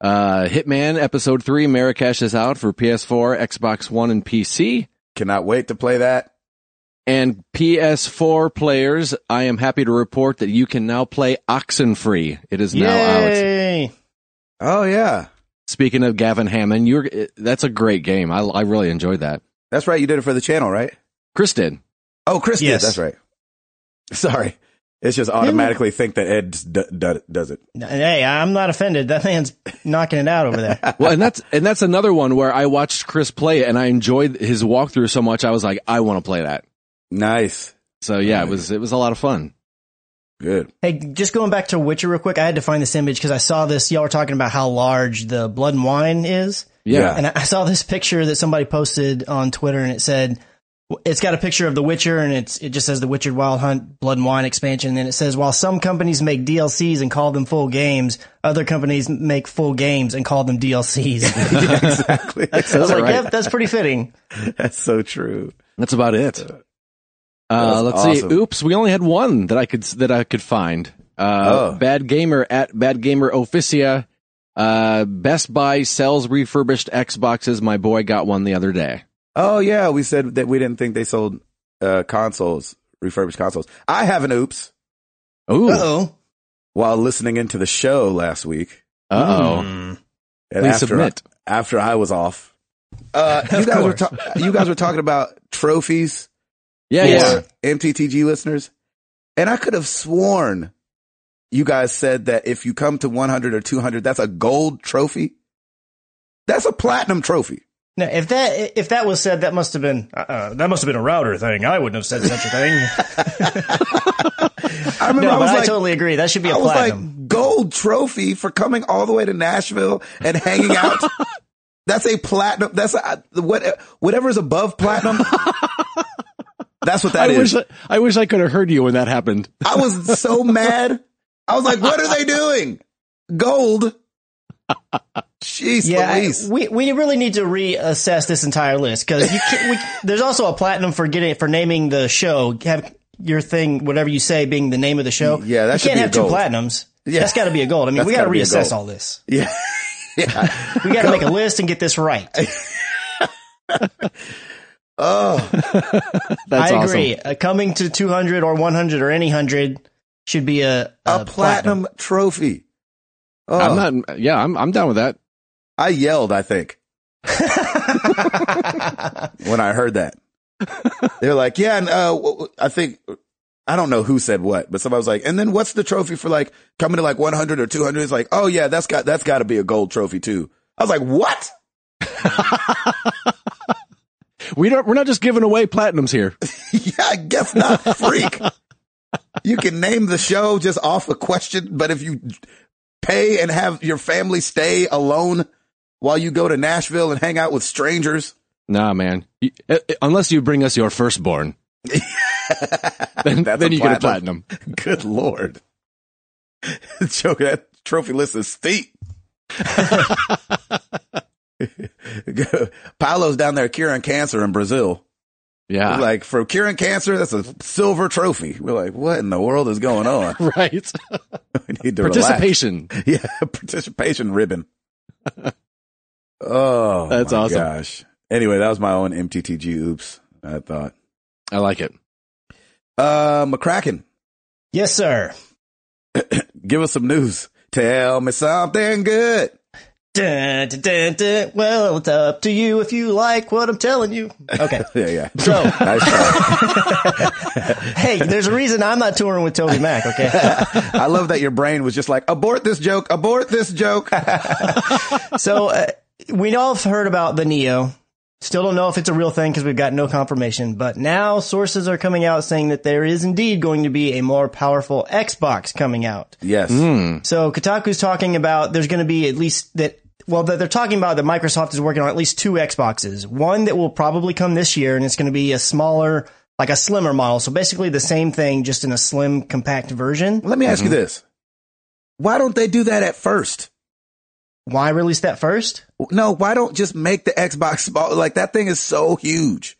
S2: Uh Hitman episode 3 Marrakesh is out for PS4, Xbox 1 and PC.
S1: Cannot wait to play that.
S2: And PS4 players, I am happy to report that you can now play Oxenfree. It is now out.
S3: Yay.
S1: Oh yeah,
S2: Speaking of Gavin Hammond, you're that's a great game. I I really enjoyed that.
S1: that's right. You did it for the channel, right?
S2: Chris did.
S1: Oh, Chris did.
S3: Yes.
S1: That's right. Sorry, it's just automatically think that Ed d- d- does it.
S3: Hey, I'm not offended. That man's knocking it out over there.
S2: well, and that's and that's another one where I watched Chris play it, and I enjoyed his walkthrough so much. I was like, I want to play that.
S1: Nice,
S2: So yeah, it was it was a lot of fun.
S1: good.
S3: Hey, just going back to Witcher real quick. I had to find this image because I saw this. Y'all were talking about how large the blood and wine is.
S1: Yeah.
S2: Yeah,
S3: And I I saw this picture that somebody posted on Twitter and it said, it's got a picture of The Witcher and it's, it just says The Witcher Wild Hunt Blood and Wine expansion. And then it says, while some companies make DLCs and call them full games, other companies make full games and call them DLCs.
S1: Yeah, exactly.
S3: I was
S2: That's
S3: like,
S2: right.
S3: yep, that's pretty fitting.
S1: that's so true.
S2: that's about it.
S1: That's
S2: Uh, let's
S1: awesome.
S2: see. Oops, we only had one that I could that I could find. Uh,
S1: Oh.
S2: Bad gamer at Bad Gamer Officia. Uh, Best Buy sells refurbished Xboxes. My boy got one the other day.
S1: Oh yeah, we said that we didn't think they sold uh, consoles, refurbished consoles. I have an oops
S2: Ooh, uh
S3: Uh-oh.
S1: while listening into the show last week,
S2: oh,
S3: Mm.
S1: and
S2: please
S1: after
S2: submit.
S1: after I was off, uh, you
S3: Of
S1: guys were
S3: course.
S1: ta- you guys were talking about trophies
S2: Yeah, yeah.
S1: for MTTG listeners, and I could have sworn you guys said that if you come to 100 or 200, that's a gold trophy. That's a platinum trophy.
S3: Now, if that if that was said, that must have been uh, uh, that must have been a router thing. I wouldn't have said such a thing.
S1: I remember
S3: no,
S1: I
S3: but
S1: was
S3: I
S1: like,
S3: totally agree. That should be a
S1: I was
S3: platinum.
S1: like, gold trophy for coming all the way to Nashville and hanging out. that's a platinum. That's a, what, whatever is above platinum. that's what
S2: I
S1: that is. I
S2: wish I, I wish I could have heard you when that happened.
S1: was so mad. I was like, what are they doing? Gold. Jeez
S3: yeah, I-
S1: Louise.
S3: we we really need to reassess this entire list because you can't, we, there's also a platinum for getting for naming the show. Have your thing, whatever you say, being the name of the show.
S1: Yeah, that
S3: you
S1: should
S3: can't
S1: be a
S3: have
S1: gold.
S3: two platinums.
S1: Yeah.
S3: That's got to be a gold. I mean, we got
S1: gotta
S3: to
S1: be a gold.
S3: reassess all this.
S1: yeah. yeah.
S3: We got to make a list and get this right.
S1: Oh,
S2: That's
S3: I
S2: awesome.
S3: agree. Uh, coming to 200 or 100 or any hundred should be a,
S1: a platinum trophy. Oh,
S2: I'm not. Yeah, I'm. I'm down with that.
S1: I yelled, I think. when I heard that. They're like, yeah, and uh, w- w- I think I don't know who said what, but somebody was like, and then what's the trophy for like coming to like 100 or 200? It's like, oh yeah, that's got that's got to be a gold trophy too. I was like, what?
S2: We don't. We're not just giving away platinums here.
S1: yeah, I guess not, freak. you can name the show just off a question, but if you pay and have your family stay alone while you go to Nashville and hang out with strangers,
S2: Nah, man. You- uh, uh, Unless you bring us your firstborn, then,
S1: That's
S2: then
S1: a
S2: you get a platinum.
S1: Good lord. Joke that trophy list is steep. Paulo's down there curing cancer in Brazil.
S2: Yeah,
S1: He's like for curing cancer, that's a silver trophy. We're like, what in the world is going on?
S2: right.
S1: We need to relax.
S2: Participation.
S1: Yeah, participation ribbon. Oh,
S2: That's
S1: my
S2: awesome.
S1: Gosh. Anyway, that was my own MTTG. Oops, I thought.
S2: I like it.
S1: Uh, McCracken
S3: Yes, sir.
S1: Give us some news. Tell me something good.
S3: Dun, dun, dun, dun. Well, it's up to you if you like what I'm telling you. Uh, Okay.
S1: Yeah, yeah.
S3: So,
S1: Nice try.
S3: hey, there's a reason I'm not touring with Toby Mac, okay?
S1: I love that your brain was just like, abort this joke, abort this joke.
S3: So, uh, we all have heard about the Neo. Still don't know if it's a real thing because we've got no confirmation, but now sources are coming out saying that there is indeed going to be a more powerful Xbox coming out.
S1: yes.
S2: Hmm.
S3: So Kotaku's talking about there's going to be at least that. Well, that they're talking about that Microsoft is working on at least two Xboxes. One that will probably come this year, and it's going to be a smaller, like a slimmer model. So basically the same thing, just in a slim, compact version.
S1: Let me ask
S2: Mm-hmm.
S1: you this. Why don't they do that at first?
S3: Why release that first?
S1: No, why don't just make the Xbox smaller? Like that thing is so huge.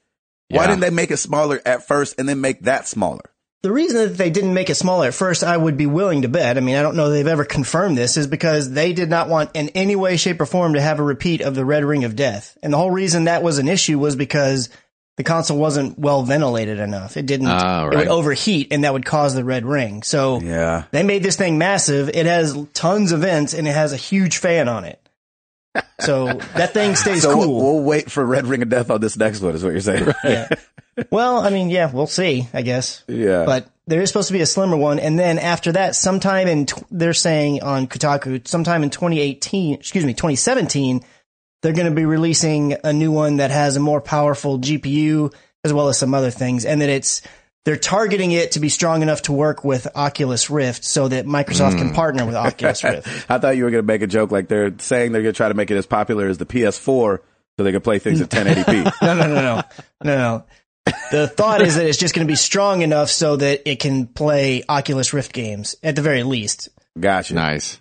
S1: Why
S2: Yeah.
S1: didn't they make it smaller at first and then make that smaller?
S3: The reason that they didn't make it smaller at first, I would be willing to bet. I mean, I don't know they've ever confirmed this, is because they did not want in any way, shape, or form to have a repeat of the Red Ring of Death. And the whole reason that was an issue was because the console wasn't well ventilated enough. It didn't,
S2: Ah,
S3: it
S2: right.
S3: would overheat and that would cause the Red Ring. So
S1: Yeah.
S3: they made this thing massive. It has tons of vents and it has a huge fan on it. So that thing stays
S1: So
S3: cool.
S1: we'll, we'll wait for Red Ring of Death on this next one, is what you're saying.
S3: yeah. Well, I mean, yeah, we'll see, I guess.
S1: Yeah.
S3: But there is supposed to be a slimmer one, and then after that, sometime in tw- they're saying on Kotaku, sometime in 2018, excuse me, 2017, they're going to be releasing a new one that has a more powerful GPU as well as some other things, and that it's they're targeting it to be strong enough to work with Oculus Rift, so that Microsoft can partner with Oculus Rift.
S1: I thought you were going to make a joke like they're saying they're going to try to make it as popular as the PS4 so they can play
S3: Mm.
S1: things at 1080p.
S3: No, no, no, no, no, no. The thought is that it's just going to be strong enough so that it can play Oculus Rift games at the very least.
S1: gotcha.
S2: Nice.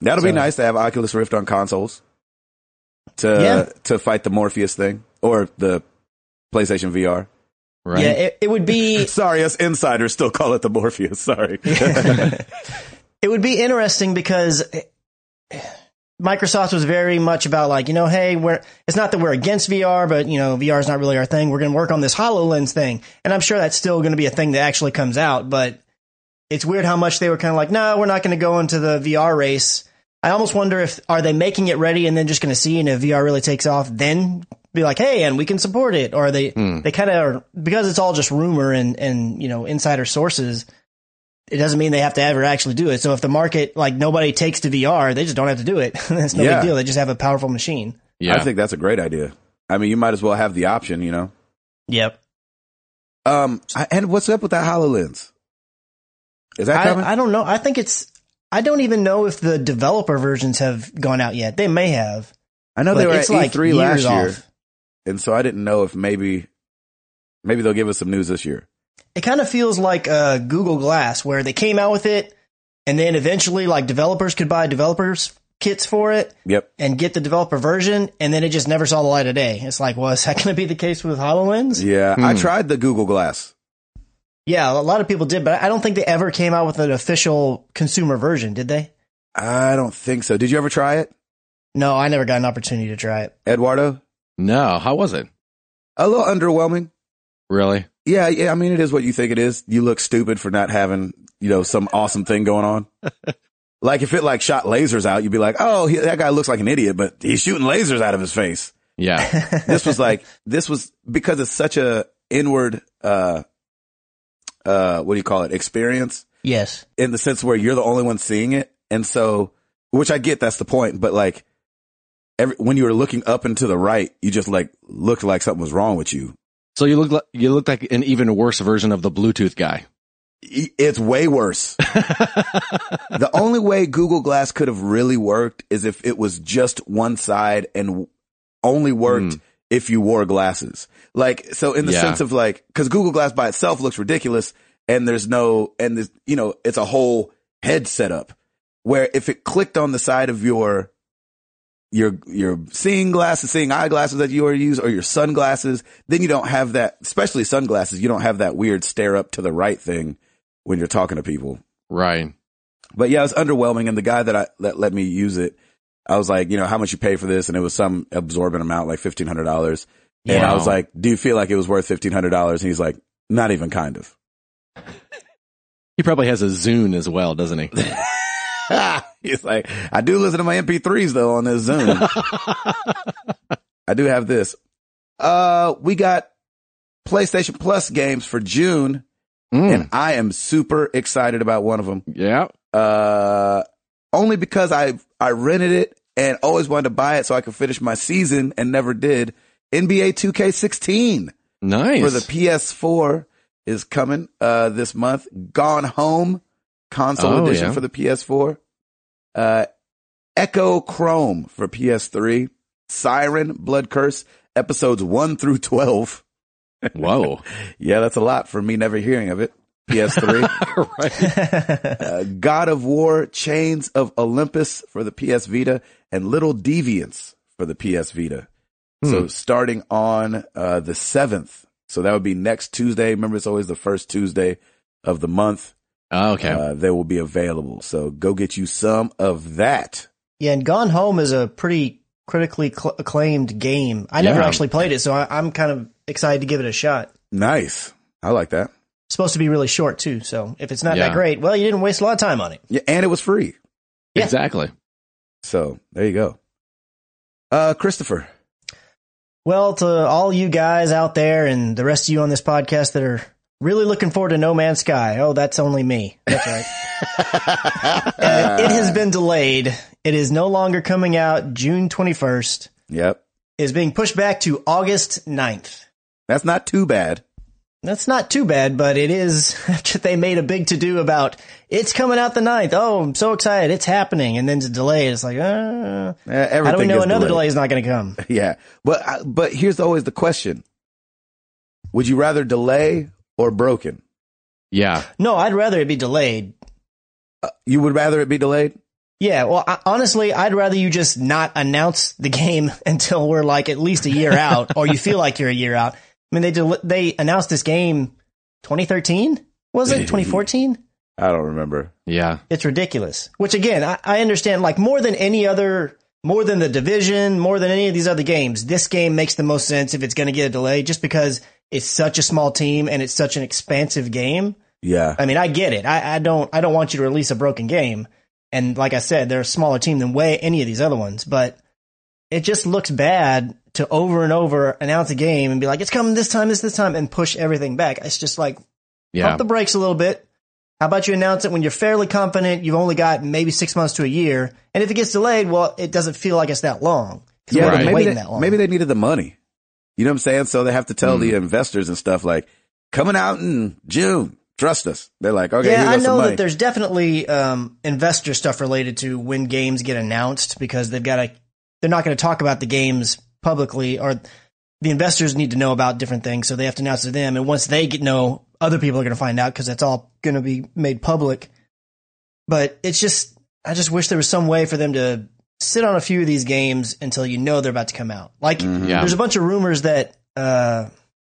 S1: That'll be
S3: So-
S1: nice to have Oculus Rift on consoles to
S3: Yeah.
S1: to fight the Morpheus thing or the PlayStation VR.
S2: Right.
S3: Yeah, it, it would be
S1: Sorry, us insiders still call it the Morpheus. Sorry.
S3: it would be interesting because Microsoft was very much about like, you know, hey, we're it's not that we're against VR, but you know, VR is not really our thing. We're going to work on this HoloLens thing. And I'm sure that's still going to be a thing that actually comes out, but it's weird how much they were kind of like, no, we're not going to go into the VR race. I almost wonder if are they making it ready and then just going to see and if VR really takes off, then be like, hey, and we can support it, or they
S1: Hmm.
S3: they kind of because it's all just rumor and and you know insider sources. It doesn't mean they have to ever actually do it. So if the market like nobody takes to VR, they just don't have to do it. That's no
S1: Yeah.
S3: big deal. They just have a powerful machine.
S2: yeah.
S1: I think that's a great idea. I mean, you might as well have the option, you know.
S3: Yep.
S1: Um, I- and what's up with that Hololens? Is that coming?
S3: I, I don't know. I think it's. I don't even know if the developer versions have gone out yet. They may have.
S1: I know
S3: but
S1: they were at
S3: it's like
S1: E3
S3: years
S1: last year,
S3: off.
S1: and so I didn't know if maybe maybe they'll give us some news this year.
S3: it kind of feels like uh, Google Glass, where they came out with it, and then eventually, like developers could buy developers kits for it
S1: Yep.
S3: and get the developer version, and then it just never saw the light of day. It's like, well, is that going to be the case with Hololens? Yeah.
S1: Yeah, I tried the Google Glass.
S3: a lot of people did, but I don't think they ever came out with an official consumer version, did they?
S1: I don't think so. Did you ever try it,
S3: No, I never got an opportunity to try it.
S1: Eduardo?
S2: no. How was it?
S1: A little underwhelming.
S2: Really?
S1: Yeah, yeah. I mean, it is what you think it is. You look stupid for not having, you know, some awesome thing going on. like if it like shot lasers out, you'd be like, oh, he, that guy looks like an idiot, but he's shooting lasers out of his face.
S2: Yeah.
S1: This was like, this was because it's such a inward, uh, uh, what do you call it? Experience
S3: Yes.
S1: in the sense where you're the only one seeing it. And so, which I get, that's the point, but like, every, when you were looking up and to the right, you just like looked like something was wrong with you.
S2: so you look like you look like an even worse version of the Bluetooth
S1: I-
S2: guy.
S1: E, It's way worse. the only way Google Glass could have really worked is if it was just one side and w- only worked if you wore glasses. Like, so in the
S2: Yeah.
S1: sense of like, cause Google Glass by itself looks ridiculous and there's no, and there's, you know, it's a whole head setup where if it clicked on the side of your, your, your seeing glasses, seeing eyeglasses that you already use or your sunglasses, then you don't have that, especially sunglasses, you don't have that weird stare up to the right thing when you're talking to people
S2: Right. Wow.
S1: was like, do you feel like it was worth fifteen hundred dollars? And he's like, not even kind of.
S2: He probably has a Zune as well, doesn't he?
S1: He's like, I do listen to my MP3s though on this Zoom. I do have this. Uh, we got PlayStation Plus games for June, and
S2: Mm,
S1: I am super excited about one of them.
S2: yeah.
S1: Uh, only because I I rented it and always wanted to buy it so I could finish my season and never did. NBA 2K16
S2: Nice.
S1: for the PS4 is coming uh this month. Gone Home console
S2: Oh,
S1: edition
S2: yeah.
S1: for the PS4. Uh Echo Chrome for PS3. Siren Blood Curse episodes 1 through 12.
S2: Whoa.
S1: Yeah, that's a lot for me never hearing of it. PS3.
S2: right.
S1: uh, God of War Chains of Olympus for the PS Vita and Little Deviants for the PS Vita. So starting on uh, the seventh, so that would be next Tuesday. Remember, it's always the first Tuesday of the month.
S2: Oh, okay.
S1: Uh, they will be available. So go get you some of that.
S3: Yeah, and Gone Home is a pretty critically cl- acclaimed game. I never
S2: Yeah.
S3: actually played it, so I, I'm kind of excited to give it a shot.
S1: Nice, I like that.
S3: It's supposed to be really short too, so if it's not
S2: Yeah.
S3: that great, well, you didn't waste a lot of time on it.
S1: Yeah, and it was free.
S3: yeah.
S2: Exactly.
S1: So there you go. Uh, Christopher,
S3: Well, to all you guys out there and the rest of you on this podcast that are really looking forward to No Man's Sky. Oh, that's only me. That's right. Uh, it has been delayed. It is no longer coming out June 21st.
S1: yep,
S3: It is being pushed back to August 9th.
S1: that's not too bad.
S3: That's not too bad, but it is after they made a big to do about it's coming out the 9th. Oh, I'm so excited. It's happening. And then to delay it, it's like, uh,
S1: Uh,
S3: how
S1: everything
S3: do we know
S1: gets delayed.
S3: another delay is not going to come?
S1: Yeah, but I- but here's always the question: Would you rather delay or broken?
S2: Yeah.
S3: No, I'd rather it be delayed.
S1: You would rather it be delayed?
S3: Yeah, well, I, honestly, I'd rather you just not announce the game until we're like at least a year out, or you feel like you're a year out. I mean, they del- they announced this game 2013 was it 2014?
S1: I don't remember.
S2: Yeah.
S3: It's ridiculous. Which again, I, I understand. Like more than any other, more than the division, more than any of these other games, this game makes the most sense if it's going to get a delay, just because it's such a small team and it's such an expansive game.
S1: Yeah,
S3: I mean, I get it. I, I don't I don't want you to release a broken game. And like I said, they're a smaller team than way any of these other ones, but it just looks bad to over and over announce a game and be like, it's coming this time, this this time, and push everything back. It's just like
S2: Yeah.
S3: pump the brakes a little bit. How about you announce it when you're fairly confident you've only got maybe six months to a year, and if it gets delayed, well, it doesn't feel like it's that long. 'Cause
S1: yeah. but
S3: we've been
S2: right.
S1: Maybe,
S3: waiting
S1: they,
S3: that long.
S1: maybe they needed the money. You know what I'm saying? So they have to tell
S2: Hmm.
S1: the investors and stuff like coming out in June. Trust us. They're like, okay,
S3: yeah,
S1: here
S3: I
S1: goes some
S3: know
S1: money.
S3: that there's definitely um, investor stuff related to when games get announced because they've got to. They're not going to talk about the games publicly, or the investors need to know about different things, so they have to announce to them. And once they get know, other people are going to find out because that's all going to be made public. But it's just, I just wish there was some way for them to sit on a few of these games until you know they're about to come out. Like,
S1: Mm. Mm-hmm.
S2: Yeah.
S3: there's a bunch of rumors that uh,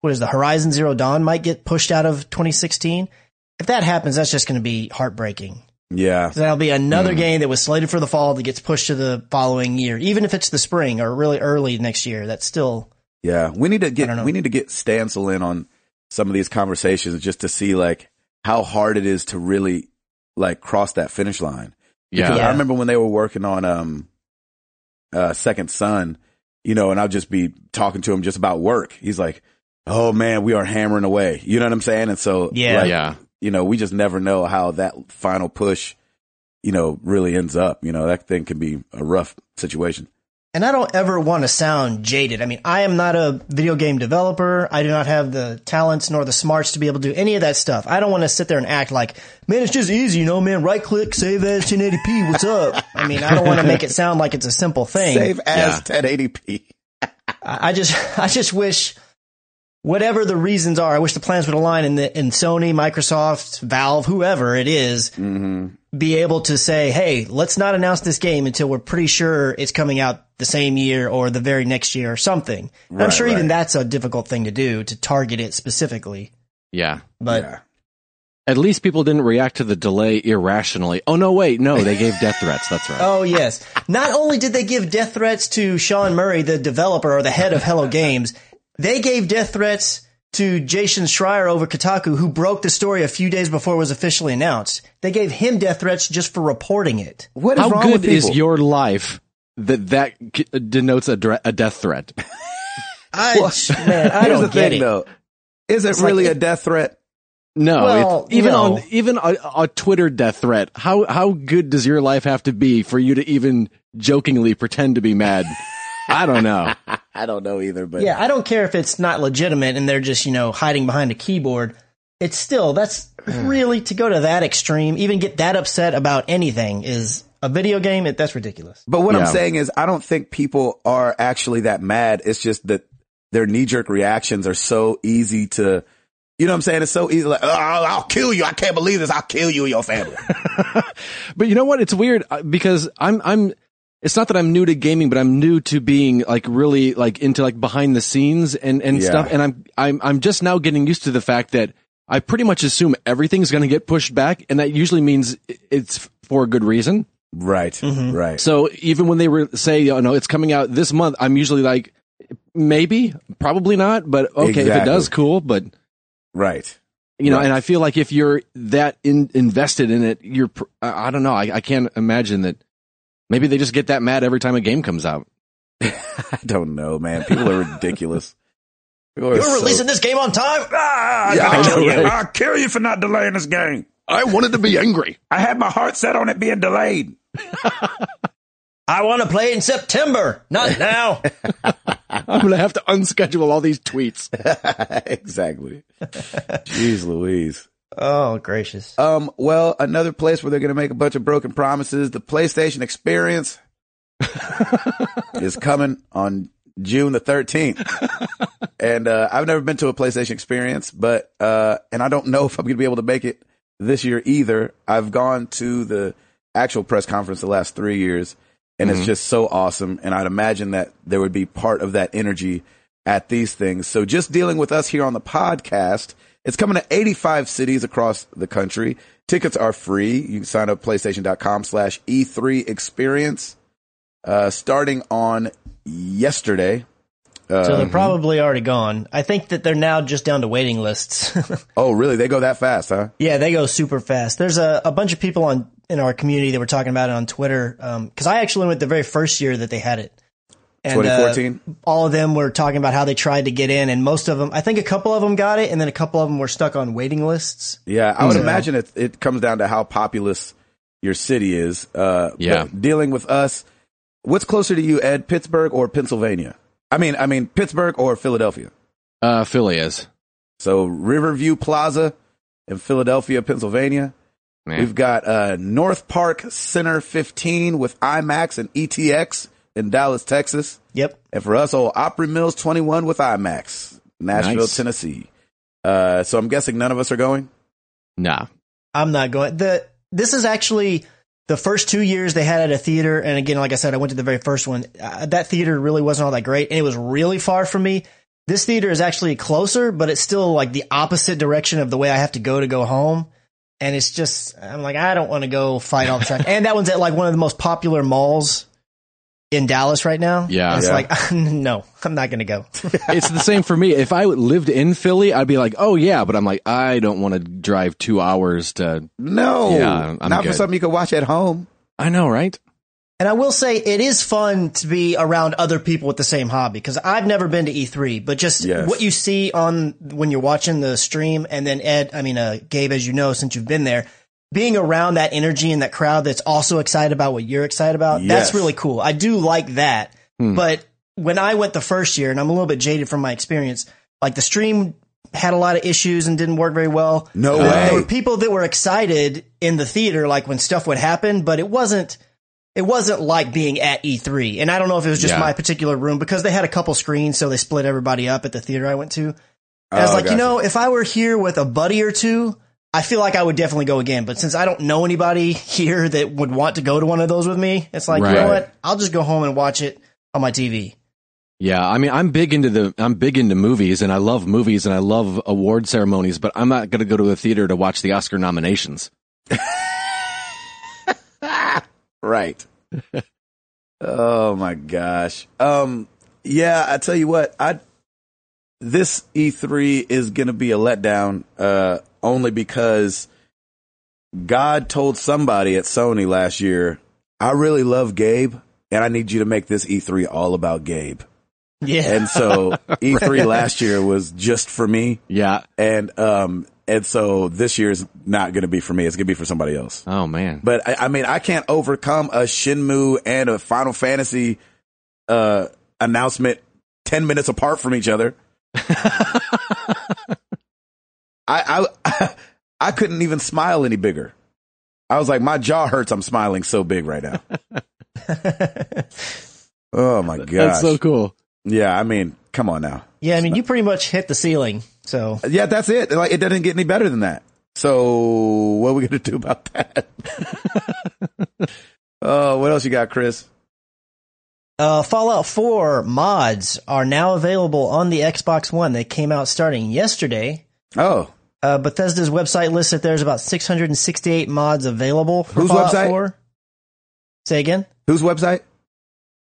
S3: what is the Horizon Zero Dawn might get pushed out of 2016. If that happens, that's just going to be heartbreaking.
S1: yeah,
S3: 'Cause That'll be another game that was slated for the fall that gets pushed to the following year, even if it's the spring or really early next year. That's still
S1: yeah. We need to
S3: don't
S1: get
S3: know.
S1: we need to get Stancil in on some of these conversations just to see like how hard it is to really like cross that finish line.
S2: Yeah.
S1: Because
S3: Yeah.
S1: I remember when they were working on um uh Second Son, you know, and I'll just be talking to him just about work. He's like, Oh man, we are hammering away. You know what I'm saying? And so
S3: Yeah.
S1: like,
S2: Yeah.
S1: you know, we just never know how that final push, you know, really ends up. You know, that thing can be a rough situation.
S3: And I don't ever want to sound jaded. I mean, I am not a video game developer. I do not have the talents nor the smarts to be able to do any of that stuff. I don't want to sit there and act like, man, it's just easy, you know, man, right click, save as 1080p, what's up? I mean, I don't want to make it sound like it's a simple thing.
S1: Save as 1080p.
S3: I I just, I just wish whatever the reasons are, I wish the plans would align in the, in Sony, Microsoft, Valve, whoever it is,
S1: Mm-hmm.
S3: be able to say, Hey, let's not announce this game until we're pretty sure it's coming out the same year or the very next year or something. And I'm
S1: Right,
S3: sure
S1: right.
S3: even that's a difficult thing to do to target it specifically,
S2: Yeah.
S3: but
S1: yeah.
S2: At least people didn't react to the delay irrationally. Oh no, wait, no, they gave death threats. That's right.
S3: Oh yes. Not only did they give death threats to Sean Murray, the developer or the head of Hello Games, they gave death threats to Jason Schreier over Kotaku, who broke the story a few days before it was officially announced. They gave him death threats just for reporting it.
S1: What is
S2: How
S1: wrong with
S2: good
S1: people?
S2: is your life that that c- denotes a, dre- a death threat?
S3: I,
S1: Well,
S3: man, I
S1: Here's
S3: don't
S1: the
S3: get
S1: thing,
S3: it.
S1: though. Is it
S3: It's
S1: really
S3: like-
S1: a death threat?
S2: No,
S3: Well,
S2: it's, even
S3: no.
S2: on even a, a Twitter death threat. How how good does your life have to be for you to even jokingly pretend to be mad? I don't know.
S1: I don't know either, but
S3: Yeah, I don't care if it's not legitimate and they're just, you know, hiding behind a keyboard. It's still, that's
S1: Hmm.
S3: really to go to that extreme, even get that upset about anything is a video game. It, that's ridiculous.
S1: But what I'm
S2: Yeah.
S1: saying is, I don't think people are actually that mad. It's just that their knee jerk reactions are so easy to, you know what I'm saying? It's so easy. Like, oh, I'll I'll kill you. I can't believe this. I'll kill you and your family.
S2: But you know what? It's weird uh, because I'm I'm. It's not that I'm new to gaming, but I'm new to being like really like into like behind the scenes and and
S1: Yeah.
S2: stuff. And I'm I'm I'm just now getting used to the fact that I pretty much assume everything's going to get pushed back, and that usually means i- it's for a good reason.
S1: right.
S3: Mhm.
S1: Right.
S2: So even when they were say, oh no, it's coming out this month, I'm usually like, maybe, probably not, but okay, if it
S1: Exactly.
S2: does, cool. But
S1: Right.
S2: you know,
S1: Right.
S2: and I feel like if you're that in, invested in it, you're, pr- I I don't know, I, I can't imagine that. Maybe they just get that mad every time a game comes out.
S1: I don't know, man. People are ridiculous. People are
S3: You're
S1: so-
S3: releasing this game on time? Ah!
S1: Yeah,
S2: I know, right?
S1: I'll kill you for not delaying this game.
S2: I wanted to be angry.
S1: I had my heart set on it being delayed.
S3: I want to play in September, not now.
S2: I'm gonna have to unschedule all these tweets.
S1: exactly. Jeez Louise.
S3: oh, gracious.
S1: Um, well, another place where they're going to make a bunch of broken promises. The PlayStation Experience is coming on June the 13th. and, uh, I've never been to a PlayStation Experience, but, uh, and I don't know if I'm going to be able to make it this year either. I've gone to the actual press conference the last three years and it's just so awesome. And I'd imagine that there would be part of that energy at these things. So just dealing with us here on the podcast, it's coming to 85 cities across the country. Tickets are free. You can sign up at PlayStation.com slash E3 experience, uh, starting on yesterday.
S3: So they're probably already gone. I think that they're now just down to waiting lists.
S1: Oh, really? They go that fast, huh?
S3: yeah, they go super fast. There's a, a bunch of people on in our community that were talking about it on Twitter. Um 'cause cause I actually went the very first year that they had it. And, uh,
S1: 2014?
S3: all of them were talking about how they tried to get in and most of them, I think a couple of them got it and then a couple of them were stuck on waiting lists.
S1: Yeah, I would imagine it, it comes down to how populous your city is. Uh,
S2: Yeah.
S1: but dealing with us, what's closer to you, Ed? Pittsburgh or Pennsylvania? I mean, I mean Pittsburgh or Philadelphia.
S2: Uh, Philly is.
S1: So Riverview Plaza in Philadelphia, Pennsylvania.
S2: Yeah.
S1: We've got uh, North Park Center 15 with IMAX and ETX in Dallas, Texas.
S3: Yep.
S1: And for us, old Opry Mills 21 with IMAX, Nashville,
S2: Nice.
S1: Tennessee. Uh, so I'm guessing none of us are going.
S2: Nah.
S3: I'm not going. The this is actually the first two years they had at a theater, and again, like I said, I went to the very first one. Uh, that theater really wasn't all that great, and it was really far from me. This theater is actually closer, but it's still like the opposite direction of the way I have to go to go home. And it's just, I'm like, I don't want to go fight all the time. and that one's at like one of the most popular malls in Dallas right now.
S2: Yeah.
S3: And it's
S1: Yeah.
S3: like, no, I'm not going to go.
S2: it's the same for me. If I lived in Philly, I'd be like, oh yeah, but I'm like, I don't want to drive two hours to.
S1: No,
S2: Yeah, I'm
S1: not for
S2: good.
S1: something you could watch at home.
S2: I know, right?
S3: And I will say it is fun to be around other people with the same hobby because I've never been to E3, but just
S1: Yes.
S3: what you see on when you're watching the stream and then Ed, I mean, uh, Gabe, as you know, since you've been there, being around that energy and that crowd that's also excited about what you're excited
S1: Yes.
S3: about,
S1: Hmm.
S3: that's really cool. I do like that. But when I went the first year and I'm a little bit jaded from my experience, like the stream had a lot of issues and didn't work very well.
S1: No
S3: Uh,
S1: way.
S3: There were people that were excited in the theater, like when stuff would happen, but it wasn't it wasn't like being at E3. And I don't know if it was just
S2: Yeah.
S3: my particular room because they had a couple screens, so they split everybody up at the theater I went to. And I was
S1: Oh,
S3: like,
S1: gotcha.
S3: you know, if I were here with a buddy or two, I feel like I would definitely go again. But since I don't know anybody here that would want to go to one of those with me, it's like, you
S2: Right.
S3: know what? I'll just go home and watch it on my TV.
S2: Yeah, I mean, I'm big into the, I'm big into movies, and I love movies, and I love award ceremonies, but I'm not going to go to the theater to watch the Oscar nominations.
S1: Right. oh my gosh. Um. Yeah, I tell you what, I this E3 is going to be a letdown, uh, only because God told somebody at Sony last year, I really love Gabe and I need you to make this E3 all about Gabe.
S3: Yeah.
S1: And so E3 last year was just for me.
S2: Yeah.
S1: And, um, and so this year is not going to be for me. It's going to be for somebody else.
S2: Oh man.
S1: But I, I mean, I can't overcome a Shinmu and a Final Fantasy uh, announcement ten minutes apart from each other. I, I I couldn't even smile any bigger. I was like, my jaw hurts. I'm smiling so big right now. oh my gosh!
S2: That's so cool.
S1: yeah, I mean, come on now.
S3: yeah, I mean, you pretty much hit the ceiling. So
S1: Yeah, that's it. Like, it doesn't get any better than that. So what are we gonna do about that? Oh, what else you got, Chris?
S3: Uh, Fallout 4 mods are now available on the Xbox One. They came out starting yesterday.
S1: Oh,
S3: Uh, Bethesda's website lists that there's about 668 mods available for
S1: Whose
S3: Fallout
S1: website?
S3: 4. Say again?
S1: whose website?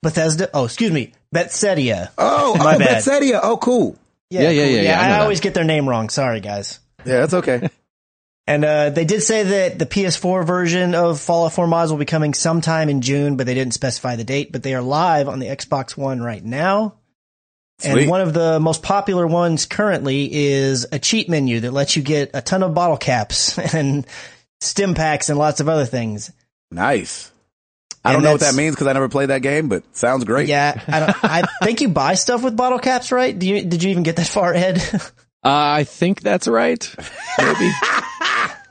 S3: Bethesda? Oh, excuse me. Bethesda.
S1: Oh,
S3: My
S1: oh,
S3: bad.
S1: Bethsaida. Oh, cool.
S2: Yeah, yeah, yeah, yeah, I know
S3: I,
S2: that.
S3: always get their name wrong. Sorry, guys.
S1: Yeah, that's okay.
S3: And uh, they did say that the PS4 version of Fallout 4 mods will be coming sometime in June, but they didn't specify the date. But they are live on the Xbox One right now.
S1: Sweet.
S3: And one of the most popular ones currently is a cheat menu that lets you get a ton of bottle caps and stim packs and lots of other things.
S1: Nice. I
S3: And
S1: don't know what that
S3: that's-
S1: means because I never played that game, but sounds great.
S3: Yeah, I, don't, I think you buy stuff with bottle caps, right? Do you, did you even get that far, Ed?
S2: Uh, I think that's right. Maybe.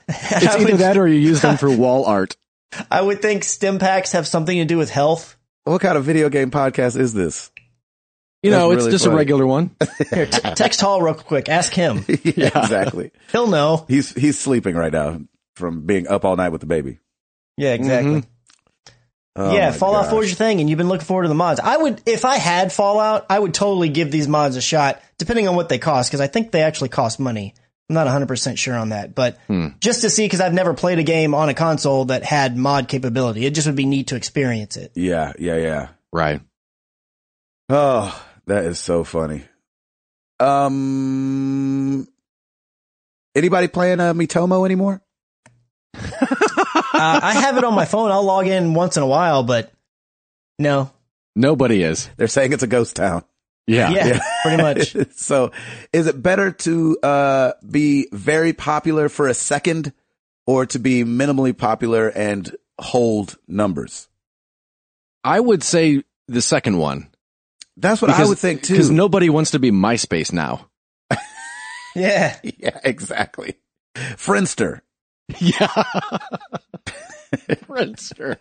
S2: it's either that or you use them for wall art.
S3: I would think stim packs have something to do with health.
S1: What kind of video game podcast is this?
S2: You know,
S1: That's
S2: it's
S1: really
S2: just
S1: funny.
S2: a regular one.
S3: Here, t- text Hall real quick. Ask him.
S1: yeah, exactly.
S3: He'll know.
S1: He's he's sleeping right now from being up all night with the baby.
S3: Yeah, exactly.
S1: Mm-hmm. Oh
S3: yeah,
S1: my
S3: Fallout 4
S1: gosh.
S3: is your thing, and you've been looking forward to the mods. I would, if I had Fallout, I would totally give these mods a shot, depending on what they cost, because I think they actually cost money. I'm not 100% sure on that, but
S1: Hmm.
S3: just to see, because I've never played a game on a console that had mod capability. It just would be neat to experience it.
S1: Yeah, yeah, yeah.
S2: Right.
S1: Oh, that is so funny. Um, anybody playing uh, Mitomo anymore?
S3: Uh, I have it on my phone. I'll log in once in a while, but no.
S2: Nobody is.
S1: They're saying it's a ghost town.
S2: Yeah.
S3: Yeah, pretty much.
S1: so, is it better to uh, be very popular for a second, or to be minimally popular and hold numbers?
S2: I would say the second one.
S1: That's what I would think too.
S2: Because nobody wants to be MySpace now.
S3: Yeah.
S1: yeah, exactly. Friendster.
S2: Yeah. Friendster.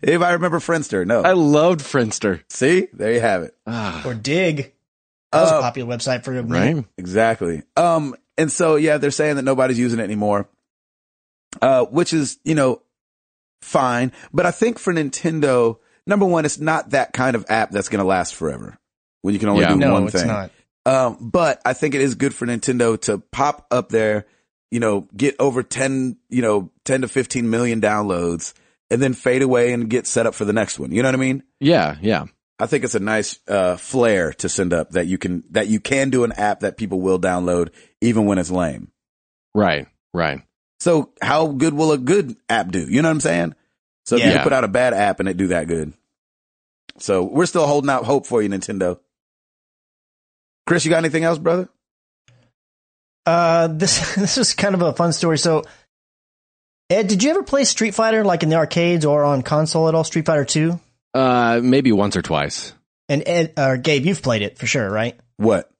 S1: If I remember Friendster, no.
S2: I loved Friendster.
S1: See, there you have it.
S2: Ah,
S3: Or Dig. That was
S1: Uh,
S3: a popular website for a minute.
S2: right?
S1: Exactly. Um, and so yeah, they're saying that nobody's using it anymore. Uh, which is, you know, fine. But I think for Nintendo, number one, it's not that kind of app that's gonna last forever. When you can only
S2: Yeah.
S1: do
S3: No,
S1: one
S3: it's
S1: thing.
S3: not.
S1: Um, but I think it is good for Nintendo to pop up there, you know, get over 10, you know, 10 to 15 million downloads and then fade away and get set up for the next one. You know what I mean?
S2: Yeah, yeah.
S1: I think it's a nice, uh, flair to send up that you can, that you can do an app that people will download even when it's lame.
S2: Right, right.
S1: So how good will a good app do? You know what I'm saying? So if you
S3: Yeah.
S1: can put out a bad app and it do that good. So we're still holding out hope for you, Nintendo. Chris, you got anything else, brother?
S3: Uh, this this is kind of a fun story. So, Ed, did you ever play Street Fighter like in the arcades or on console at all? Street Fighter Two
S2: Uh, maybe once or twice.
S3: and Ed or Gabe, you've played it for sure, right?
S1: What?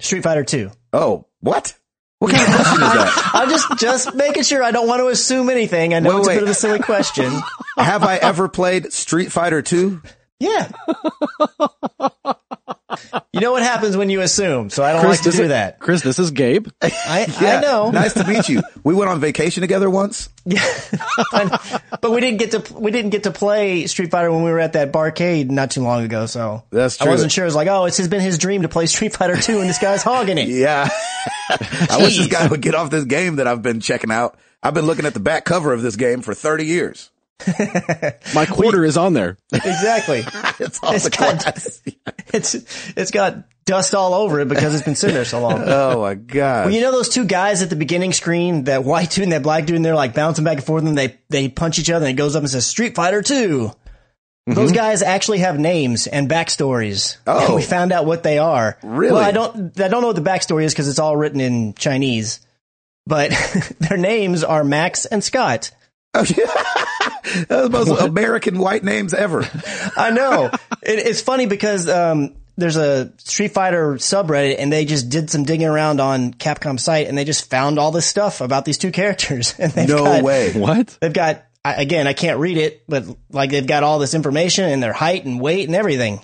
S3: Street Fighter Two.
S1: Oh, what? What kind of question is that?
S3: I'm just just making sure I don't want to assume anything. I know
S1: Wait,
S3: it's
S1: wait.
S3: a bit of a silly question.
S1: Have I ever played Street Fighter 2?
S3: yeah. You know what happens when you assume, so I don't like to
S2: this
S3: do
S2: is-
S3: that.
S2: Chris, this is Gabe.
S3: I, I know,
S1: Nice to meet you. We went on vacation together once.
S3: but we didn't get to we didn't get to play Street Fighter when we were at that barcade not too long ago. So
S1: That's
S3: I
S1: true.
S3: wasn't sure. It was like, oh, it's has been his dream to play Street Fighter 2 and this guy's hogging it.
S1: Yeah. I wish this
S3: Jeez.
S1: guy would get off this game that I've been checking out. I've been looking at the back cover of this game for 30 years.
S2: My quarter is on there.
S3: Exactly.
S1: It's all
S3: It's
S1: the
S3: got-
S1: class.
S3: it's it's got dust all over it because it's been sitting there so long.
S1: Oh my god.
S3: Well, you know those two guys at the beginning screen, that white dude and that black dude, and they're like bouncing back and forth, and they they punch each other, and it goes up and says Street Fighter 2
S1: Mm-hmm.
S3: Those guys actually have names and backstories.
S1: Oh.
S3: and we found out what they are.
S1: Really?
S3: Well, I don't I don't know what the backstory is because it's all written in Chinese, but their names are Max and Scott.
S1: That was the most American white names ever.
S3: I know. it, it's funny because um, there's a Street Fighter subreddit, and they just did some digging around on Capcom's site, and they just found all this stuff about these two characters. And they've
S1: No
S3: got,
S1: way.
S2: What?
S3: They've got I, again, I can't read it, but like they've got all this information and their height and weight and everything.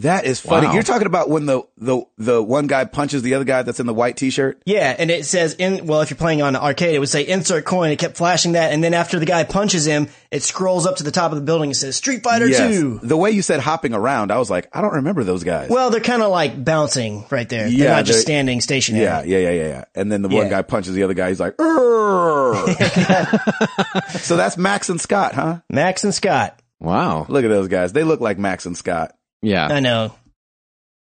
S1: That is funny.
S2: Wow.
S1: You're talking about when the, the the one guy punches the other guy that's in the white t-shirt.
S3: Yeah, and it says in well, if you're playing on arcade, it would say insert coin. It kept flashing that, and then after the guy punches him, it scrolls up to the top of the building and says Street Fighter Two.
S1: The way you said hopping around, I was like, I don't remember those guys.
S3: Well, they're kind of like bouncing right there.
S1: Yeah,
S3: they're not just
S1: they-
S3: standing stationary.
S1: yeah, yeah, yeah, yeah, yeah. And then the one
S3: Yeah.
S1: guy punches the other guy. He's like, "Urgh." so that's Max and Scott, huh?
S3: Max and Scott.
S2: Wow.
S1: Look at those guys. They look like Max and Scott.
S2: Yeah.
S3: I know.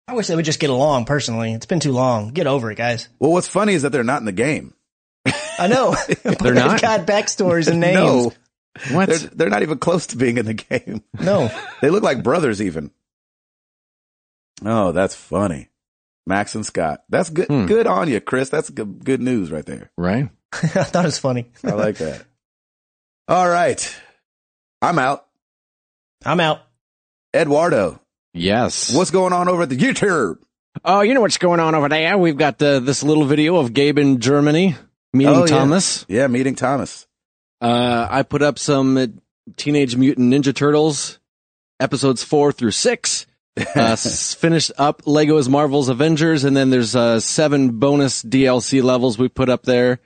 S3: I wish they would just get along personally. It's been too long. Get over it, guys.
S1: Well, what's funny is that they're not in the game.
S3: I know. But
S2: They're
S3: they've
S2: not?
S3: got backstories and names.
S1: No, they're
S2: What?
S1: they're not even close to being in the game.
S3: No.
S1: They look like brothers, even. Oh, that's funny. Max and Scott. That's good.
S2: Hmm.
S1: Good on you, Chris. That's good, good news right there.
S2: Right.
S3: I thought it was funny.
S1: I like that. All right. I'm out.
S3: I'm out.
S1: Eduardo,
S2: Yes.
S1: what's going on over at the YouTube?
S2: Oh, you know what's going on over there? We've got uh, this little video of Gabe in Germany meeting
S1: Oh, yeah.
S2: Thomas.
S1: Yeah, meeting Thomas.
S2: Uh, I put up some uh, Teenage Mutant Ninja Turtles episodes four through six. Uh, s- finished up Lego's Marvel's Avengers, and then there's uh, seven bonus DLC levels we put up there.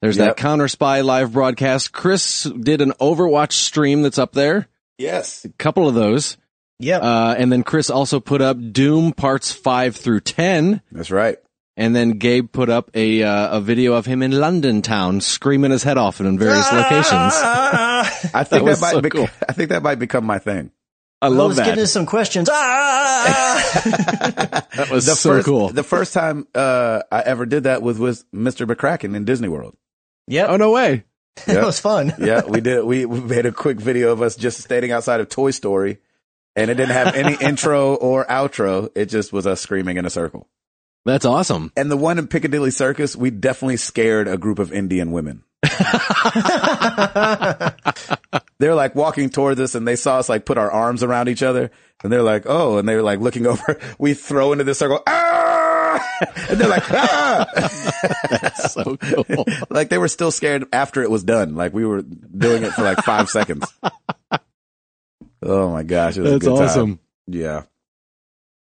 S2: There's
S1: Yep.
S2: that Counter Spy live broadcast. Chris did an Overwatch stream that's up there.
S1: Yes.
S2: A couple of those.
S3: Yep.
S2: Uh, and then Chris also put up Doom parts five through 10.
S1: That's right.
S2: And then Gabe put up a uh, a video of him in London town screaming his head off in various locations.
S3: locations.
S1: I think that,
S2: was
S1: might
S2: so
S1: bec-
S2: cool.
S1: I think that might become my thing.
S2: I
S3: I
S2: love
S3: was
S2: that.
S3: getting us some questions. Ah!
S1: that
S2: was so
S1: first,
S2: cool.
S1: The first time uh, I ever did that was with Mr. McCracken in Disney World.
S3: yep.
S2: Oh no way!
S3: That was fun.
S1: yeah, we did. We, we made a quick video of us just standing outside of Toy Story, and it didn't have any intro or outro. It just was us screaming in a circle.
S2: That's awesome.
S1: And the one in Piccadilly Circus, we definitely scared a group of Indian women. They're like walking towards us, and they saw us like put our arms around each other, and they're like, "Oh!" And they were like looking over. We throw into the circle. Ah! And they're like, ah!
S2: That's so cool.
S1: like they were still scared after it was done. Like we were doing it for like five seconds. Oh my gosh, it was
S2: That's
S1: a good time.
S2: awesome.
S1: Yeah.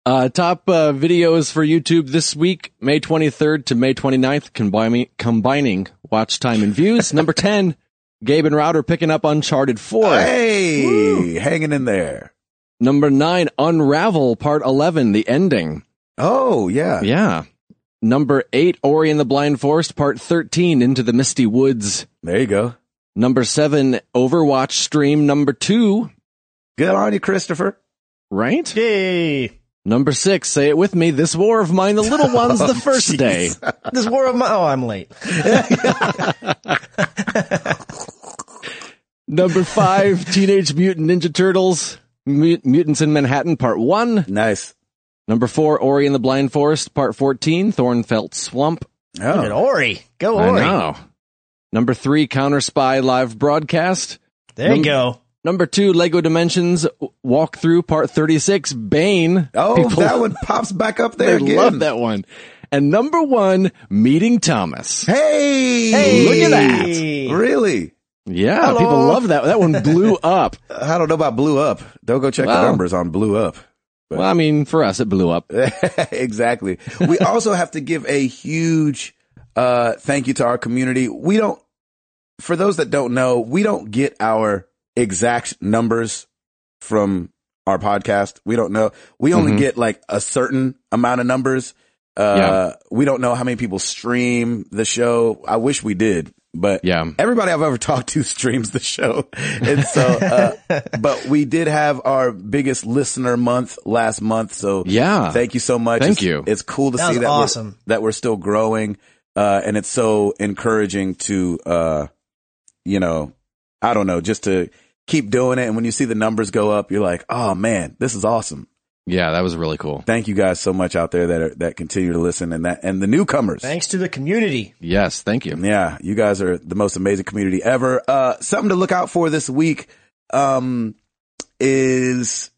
S2: Uh, top uh, videos for YouTube this week, May 23rd to May 29th, combining, combining watch time and views. Number 10, Gabe and Router picking up Uncharted 4.
S1: Hey, hanging in there.
S2: Number 9, Unravel Part 11, The Ending.
S1: Oh yeah.
S2: Yeah. Number 8, Ori and the Blind Forest Part 13, Into the Misty Woods.
S1: There you go.
S2: Number seven, Overwatch stream number two,
S1: Good on you, Christopher.
S2: right?
S3: Yay.
S2: Number six, say it with me, this war of mine, the little ones, the first day.
S3: This world of my, oh, I'm late.
S2: Number five, Teenage Mutant Ninja Turtles, Mut- Mutants in Manhattan, part one.
S1: Nice.
S2: Number four, Ori and the Blind Forest, part 14, Thornfelt Swamp.
S3: Look at
S1: Oh,
S3: Ori. Go
S2: I
S3: Ori.
S2: know. Number three, Counter Spy live broadcast.
S3: There
S2: Num-
S3: you go.
S2: Number two, Lego Dimensions walkthrough, part 36, Bane.
S1: oh,
S2: People-
S1: that one pops back up there
S2: They
S1: again.
S2: love that one. And number one, Meeting Thomas.
S1: Hey,
S3: Hey.
S2: Look at that.
S1: Really?
S2: Yeah,
S3: Hello.
S2: people love that. That one blew up.
S1: I don't know about blew up. Don't go check
S2: Wow.
S1: the numbers on blew up.
S2: well, I mean, for us, it blew up.
S1: exactly. We also have to give a huge uh, thank you to our community. We don't, for those that don't know, we don't get our exact numbers from our podcast. We don't know. We only
S2: Mhm.
S1: get like a certain amount of numbers. Uh, We don't know how many people stream the show. I wish we did, But
S2: Yeah.
S1: everybody I've ever talked to streams the show. And so, uh, but we did have our biggest listener month last month. So
S2: Yeah.
S1: thank you so much.
S2: Uh, Thank
S1: It's-
S2: you.
S1: It's cool to
S3: That
S1: see
S3: was
S1: that we're,
S3: awesome.
S1: that we're still growing. Uh, and it's so encouraging to, uh, you know, I don't know, just to keep doing it. And when you see the numbers go up, you're like, oh man, this is awesome.
S2: yeah, that was really cool.
S1: Thank you guys so much out there that are, that continue to listen and that, and the newcomers.
S3: Thanks to the community.
S2: Yes, thank you.
S1: Yeah, you guys are the most amazing community ever. Uh, something to look out for this week um, is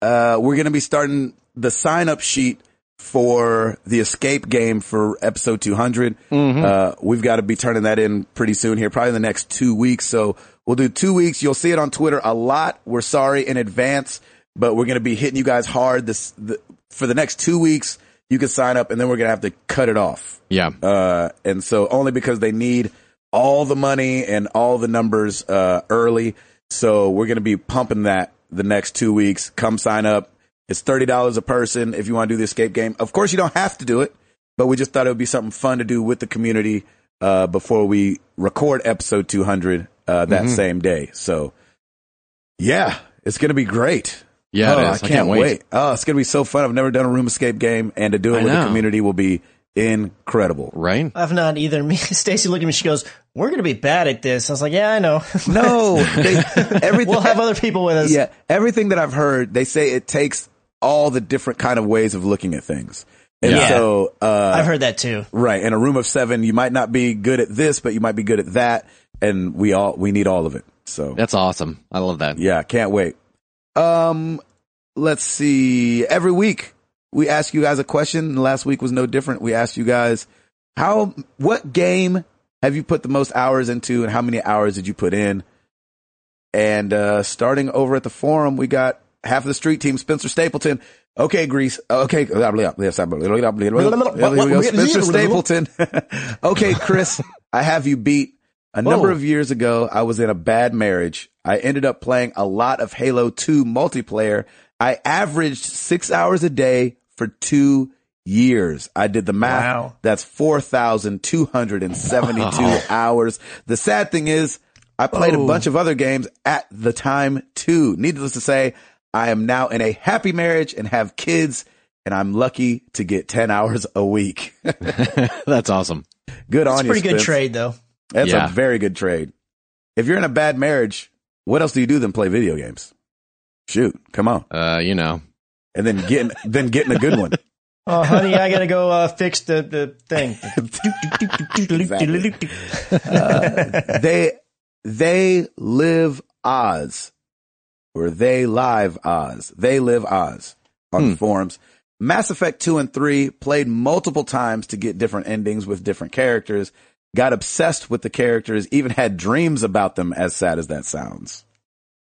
S1: uh, we're going to be starting the sign up sheet for the escape game for episode 200. Uh, we've got to be turning that in pretty soon here, probably in the next two weeks. So we'll do two weeks. You'll see it on Twitter a lot. We're sorry in advance, but we're going to be hitting you guys hard this the, for the next two weeks. You can sign up and then we're going to have to cut it off
S2: Yeah.
S1: uh, and so only because they need all the money and all the numbers uh, early. So we're going to be pumping that the next two weeks. Come sign up. It's thirty dollars a person if you want to do the escape game. Of course, you don't have to do it, but we just thought it would be something fun to do with the community uh, before we record episode two hundred uh, that
S2: Mm-hmm.
S1: same day. So yeah, it's going to be great.
S2: Yeah,
S1: Oh,
S2: it is.
S1: I, can't wait. Oh, it's gonna be so fun. I've never done a room escape game, and to do it
S2: I
S1: with the
S2: know.
S1: community will be incredible.
S2: Right?
S3: I've not either. Me, Stacy looked at me. She goes, "We're going to be bad at this." I was like, "Yeah, I know.
S1: No, Oh, they, everything.
S3: we'll have other people with us."
S1: yeah, everything that I've heard, they say it takes all the different kind of ways of looking at things, and
S2: Yeah.
S1: so uh,
S3: I've heard that too.
S1: right in a room of seven, you might not be good at this, but you might be good at that, and we all we need all of it. So
S2: That's awesome. I love that.
S1: yeah, can't wait. Um, let's see. Every week we ask you guys a question. and Last week was no different. We asked you guys how what game have you put the most hours into, and how many hours did you put in? And uh, starting over at the forum, we got half of the street team, Spencer Stapleton. Okay, Greece. Okay, Spencer Stapleton. okay, Chris, I have you beat. A number
S2: Whoa.
S1: of years ago, I was in a bad marriage. I ended up playing a lot of Halo 2 multiplayer. I averaged six hours a day for two years. I did the math.
S3: Wow.
S1: That's 4,272 hours. The sad thing is, I played a bunch of other games at the time too. Needless to say, I am now in a happy marriage and have kids, and I'm lucky to get 10 hours a week.
S2: That's awesome.
S1: good
S3: It's
S1: on
S3: a
S1: you.
S3: pretty good
S1: Spence.
S3: trade, though.
S1: That's
S2: Yeah.
S1: a very good trade. If you're in a bad marriage, what else do you do than play video games? Shoot, come on,
S2: Uh, you know.
S1: and then getting then getting a good one.
S3: Oh, honey, I got to go uh, fix the, the thing.
S1: Exactly. Uh, they they live Oz, or they live Oz. They live Oz on the forums. Mass Effect two and three played multiple times to get different endings with different characters. Got obsessed with the characters, even had dreams about them. As sad as that sounds,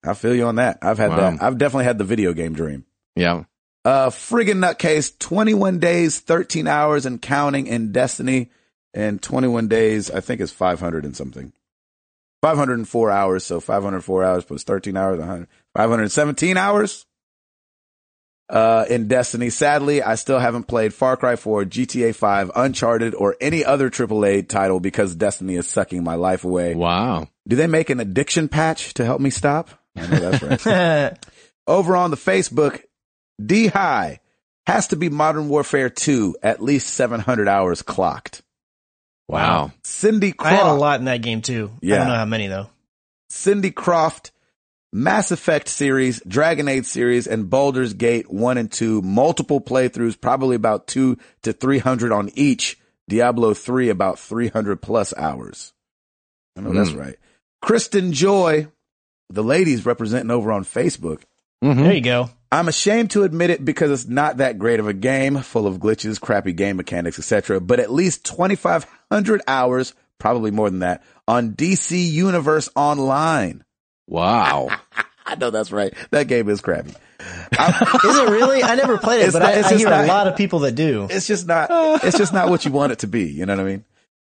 S1: I feel you on that. I've had
S2: Wow.
S1: that. I've definitely had the video game dream.
S2: Yeah.
S1: Uh, friggin' nutcase, 21 days, 13 hours and counting in Destiny, and 21 days, I think is 500 and something. 504 hours, so 504 hours plus 13 hours, 100, 517 hours uh, in Destiny. Sadly, I still haven't played Far Cry 4, GTA 5, Uncharted, or any other AAA title because Destiny is sucking my life away.
S2: Wow.
S1: Do they make an addiction patch to help me stop? I know that's right
S3: That's
S1: over on the Facebook, D High has to be Modern Warfare 2, at least 700 hours clocked.
S2: Wow.
S1: Cindy
S3: I had a
S1: Croft,
S3: lot in that game too. I
S1: Yeah.
S3: don't know how many though.
S1: Cindy Croft, Mass Effect series, Dragon Age series, and Baldur's Gate 1 and 2, multiple playthroughs, probably about 2 to 300 on each. Diablo 3, about 300 plus hours. I know
S3: Hmm.
S1: that's right. Kristen Joy, the ladies representing over on Facebook,
S2: hmm
S3: There you go.
S1: I'm ashamed to admit it because it's not that great of a game, full of glitches, crappy game mechanics, etc. But at least 2,500 hours, probably more than that, on DC Universe Online.
S2: Wow.
S1: I know that's right. That game is crappy. I-
S3: Is it really? I never played it,
S1: It's
S3: but
S1: not-
S3: I,
S1: it's
S3: I
S1: just
S3: hear
S1: not-
S3: a lot of people that do.
S1: it's just not. It's just not what you want it to be. You know what I mean?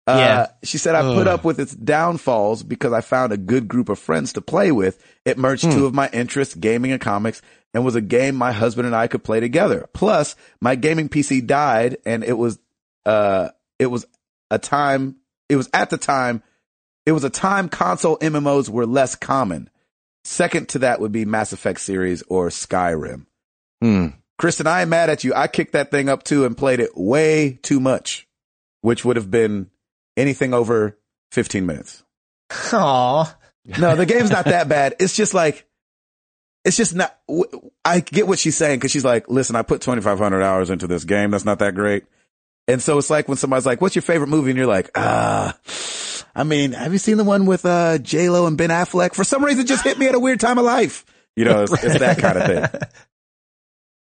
S1: Uh,
S3: Yeah.
S1: She said, "I put up with its downfalls because I found a good group of friends to play with. It merged two of my interests, gaming and comics, and was a game my husband and I could play together. Plus, my gaming PC died, and it was, uh, it was a time. It was at the time It was a time console MMOs were less common. Second to that would be Mass Effect series or Skyrim.
S2: Hmm.
S1: Kristen, I am mad at you. I kicked that thing up too and played it way too much, which would have been anything over 15 minutes.
S3: Aw.
S1: No, the game's not that bad. It's just like, it's just not, w- I get what she's saying because she's like, listen, I put 2,500 hours into this game. That's not that great. And so it's like when somebody's like, what's your favorite movie? And you're like, ah, I mean, have you seen the one with, uh, J-Lo and Ben Affleck? For some reason, it just hit me at a weird time of life. You know, it's, it's that kind of thing.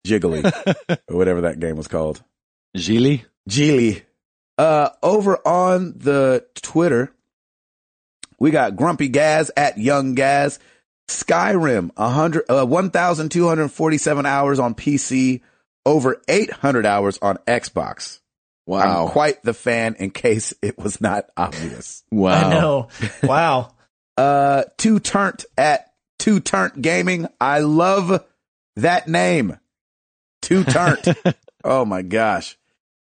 S1: Jiggly or whatever that game was called.
S2: Gili?
S1: Geely. Uh, over on the Twitter, we got Grumpy Gaz at Young Gaz. Skyrim, 100, uh, 1,247 hours on PC, over 800 hours on Xbox. I'm quite the fan in case it was not obvious.
S2: Wow.
S3: I know. Wow.
S1: Uh, Two Turnt at Two Turnt Gaming. I love that name. Two Turnt. oh my gosh.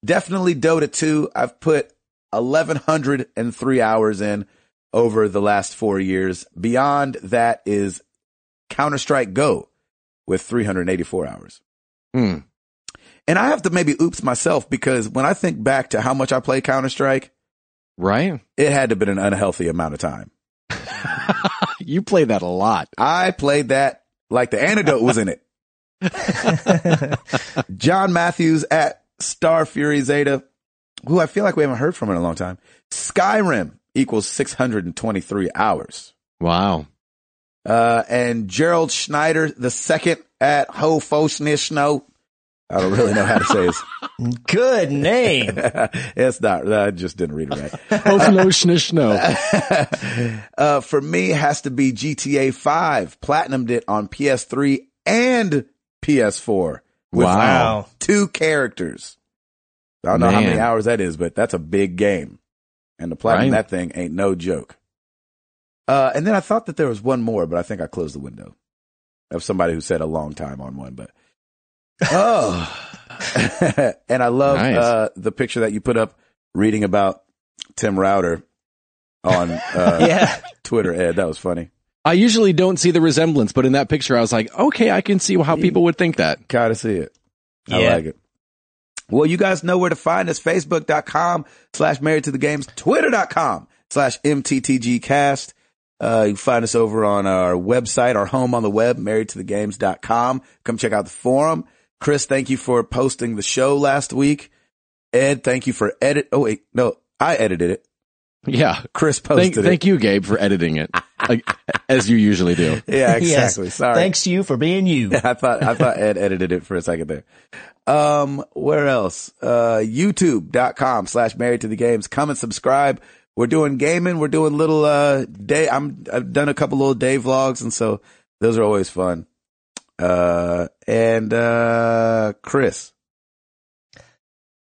S1: Definitely Dota 2. I've put 1,103 hours in over the last four years. Beyond that is Counter Strike Go with 384 hours.
S2: Hmm.
S1: And I have to maybe oops myself because when I think back to how much I play Counter Strike,
S2: Right?
S1: it had to have been an unhealthy amount of time.
S2: you play that a lot.
S1: I played that like the antidote was in it. John Matthews at Star Fury Zeta, who I feel like we haven't heard from in a long time. Skyrim equals 623 hours.
S2: Wow.
S1: Uh, and Gerald Schneider the second at Ho Snow. I don't really know how to say his.
S3: Good name.
S1: it's not. I just didn't read it right.
S2: Oh, no, shnish, no.
S1: uh, for me, has to be GTA 5. Platinumed it on PS3 and PS4. with
S2: Wow.
S1: Two characters. I don't know how many
S2: Man.
S1: hours that is, but that's a big game. And the platinum,
S2: Right.
S1: that thing ain't no joke. Uh, and then I thought that there was one more, but I think I closed the window of somebody who said a long time on one, but oh, and I love
S2: Nice.
S1: uh, the picture that you put up reading about Tim Router on uh,
S3: Yeah.
S1: Twitter. Ed, that was funny.
S2: I usually don't see the resemblance, but in that picture, I was like, okay, I can see how people would think that.
S1: Kind of see it. I
S3: Yeah.
S1: like it. Well, you guys know where to find us. Facebook.com slash married to the games, twitter.com slash MTTGcast. Uh, you can find us over on our website, our home on the web, married to the games.com. Come check out the forum. Chris, thank you for posting the show last week. Ed, thank you for edit. Oh, wait. No, I edited it.
S2: Yeah.
S1: Chris posted
S2: Thank,
S1: it.
S2: thank you, Gabe, for editing it, like, as you usually do.
S1: Yeah,
S3: Yes.
S1: exactly. Sorry.
S3: Thanks to you for being you.
S1: I thought I thought Ed edited it for a second there. Um, where else? Uh, YouTube.com slash married to the games. Come and subscribe. We're doing gaming. We're doing little uh day. I'm I've done a couple little day vlogs, and so those are always fun. Uh, and uh, Chris,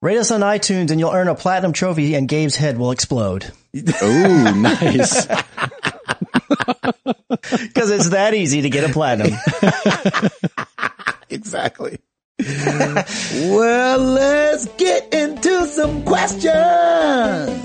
S3: Rate us on iTunes and you'll earn a platinum trophy and Gabe's head will explode.
S2: Oh, nice.
S3: Because it's that easy to get a platinum.
S1: exactly. well, let's get into some questions.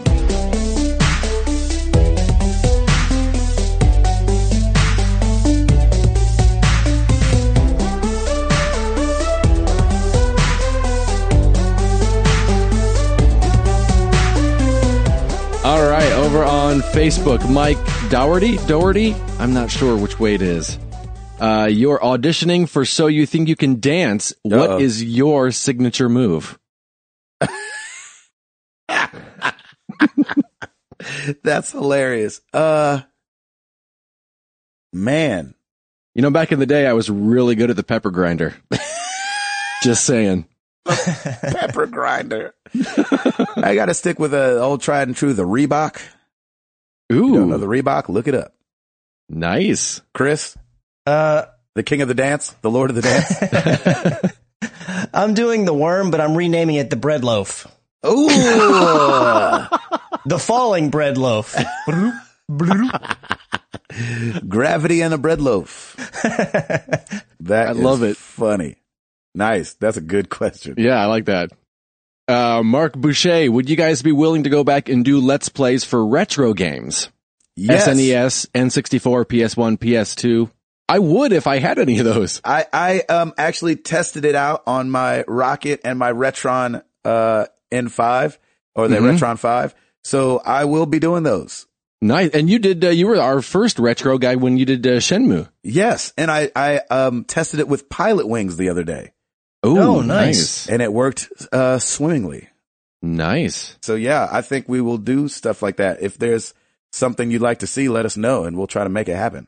S2: All right, over on Facebook, Mike Dougherty, Dougherty, I'm not sure which way it is. Uh, you're auditioning for So You Think You Can Dance.
S1: Uh-oh.
S2: What is your signature move?
S1: That's hilarious. Uh, man.
S2: You know, back in the day, I was really good at the pepper grinder. Just saying.
S1: pepper grinder. I got to stick with the old tried and true, the Reebok. You don't know the
S2: Ooh,
S1: Reebok? Look it up.
S2: nice.
S1: Chris,
S3: Uh,
S1: the king of the dance, the lord of the dance.
S3: I'm doing the worm, but I'm renaming it the bread loaf.
S1: Ooh,
S3: The falling bread loaf.
S1: gravity and the bread loaf. That
S2: I
S1: is
S2: love it.
S1: Funny. Nice. That's a good question.
S2: Yeah, I like that. Uh, Mark Boucher, would you guys be willing to go back and do Let's Plays for retro games?
S1: Yes.
S2: SNES, N64, PS1, PS2. I would if I had any of those.
S1: I, I um actually tested it out on my Rocket and my Retron uh N5 or the
S2: Mhm.
S1: Retron 5. So I will be doing those.
S2: Nice. And you did. Uh, you were our first retro guy when you did uh, Shenmue.
S1: Yes, and I I um tested it with Pilot Wings the other day,
S2: Ooh,
S3: Oh, nice.
S2: nice.
S1: and it worked uh swimmingly.
S2: Nice.
S1: So yeah, I think we will do stuff like that. If there's something you'd like to see, let us know, and we'll try to make it happen.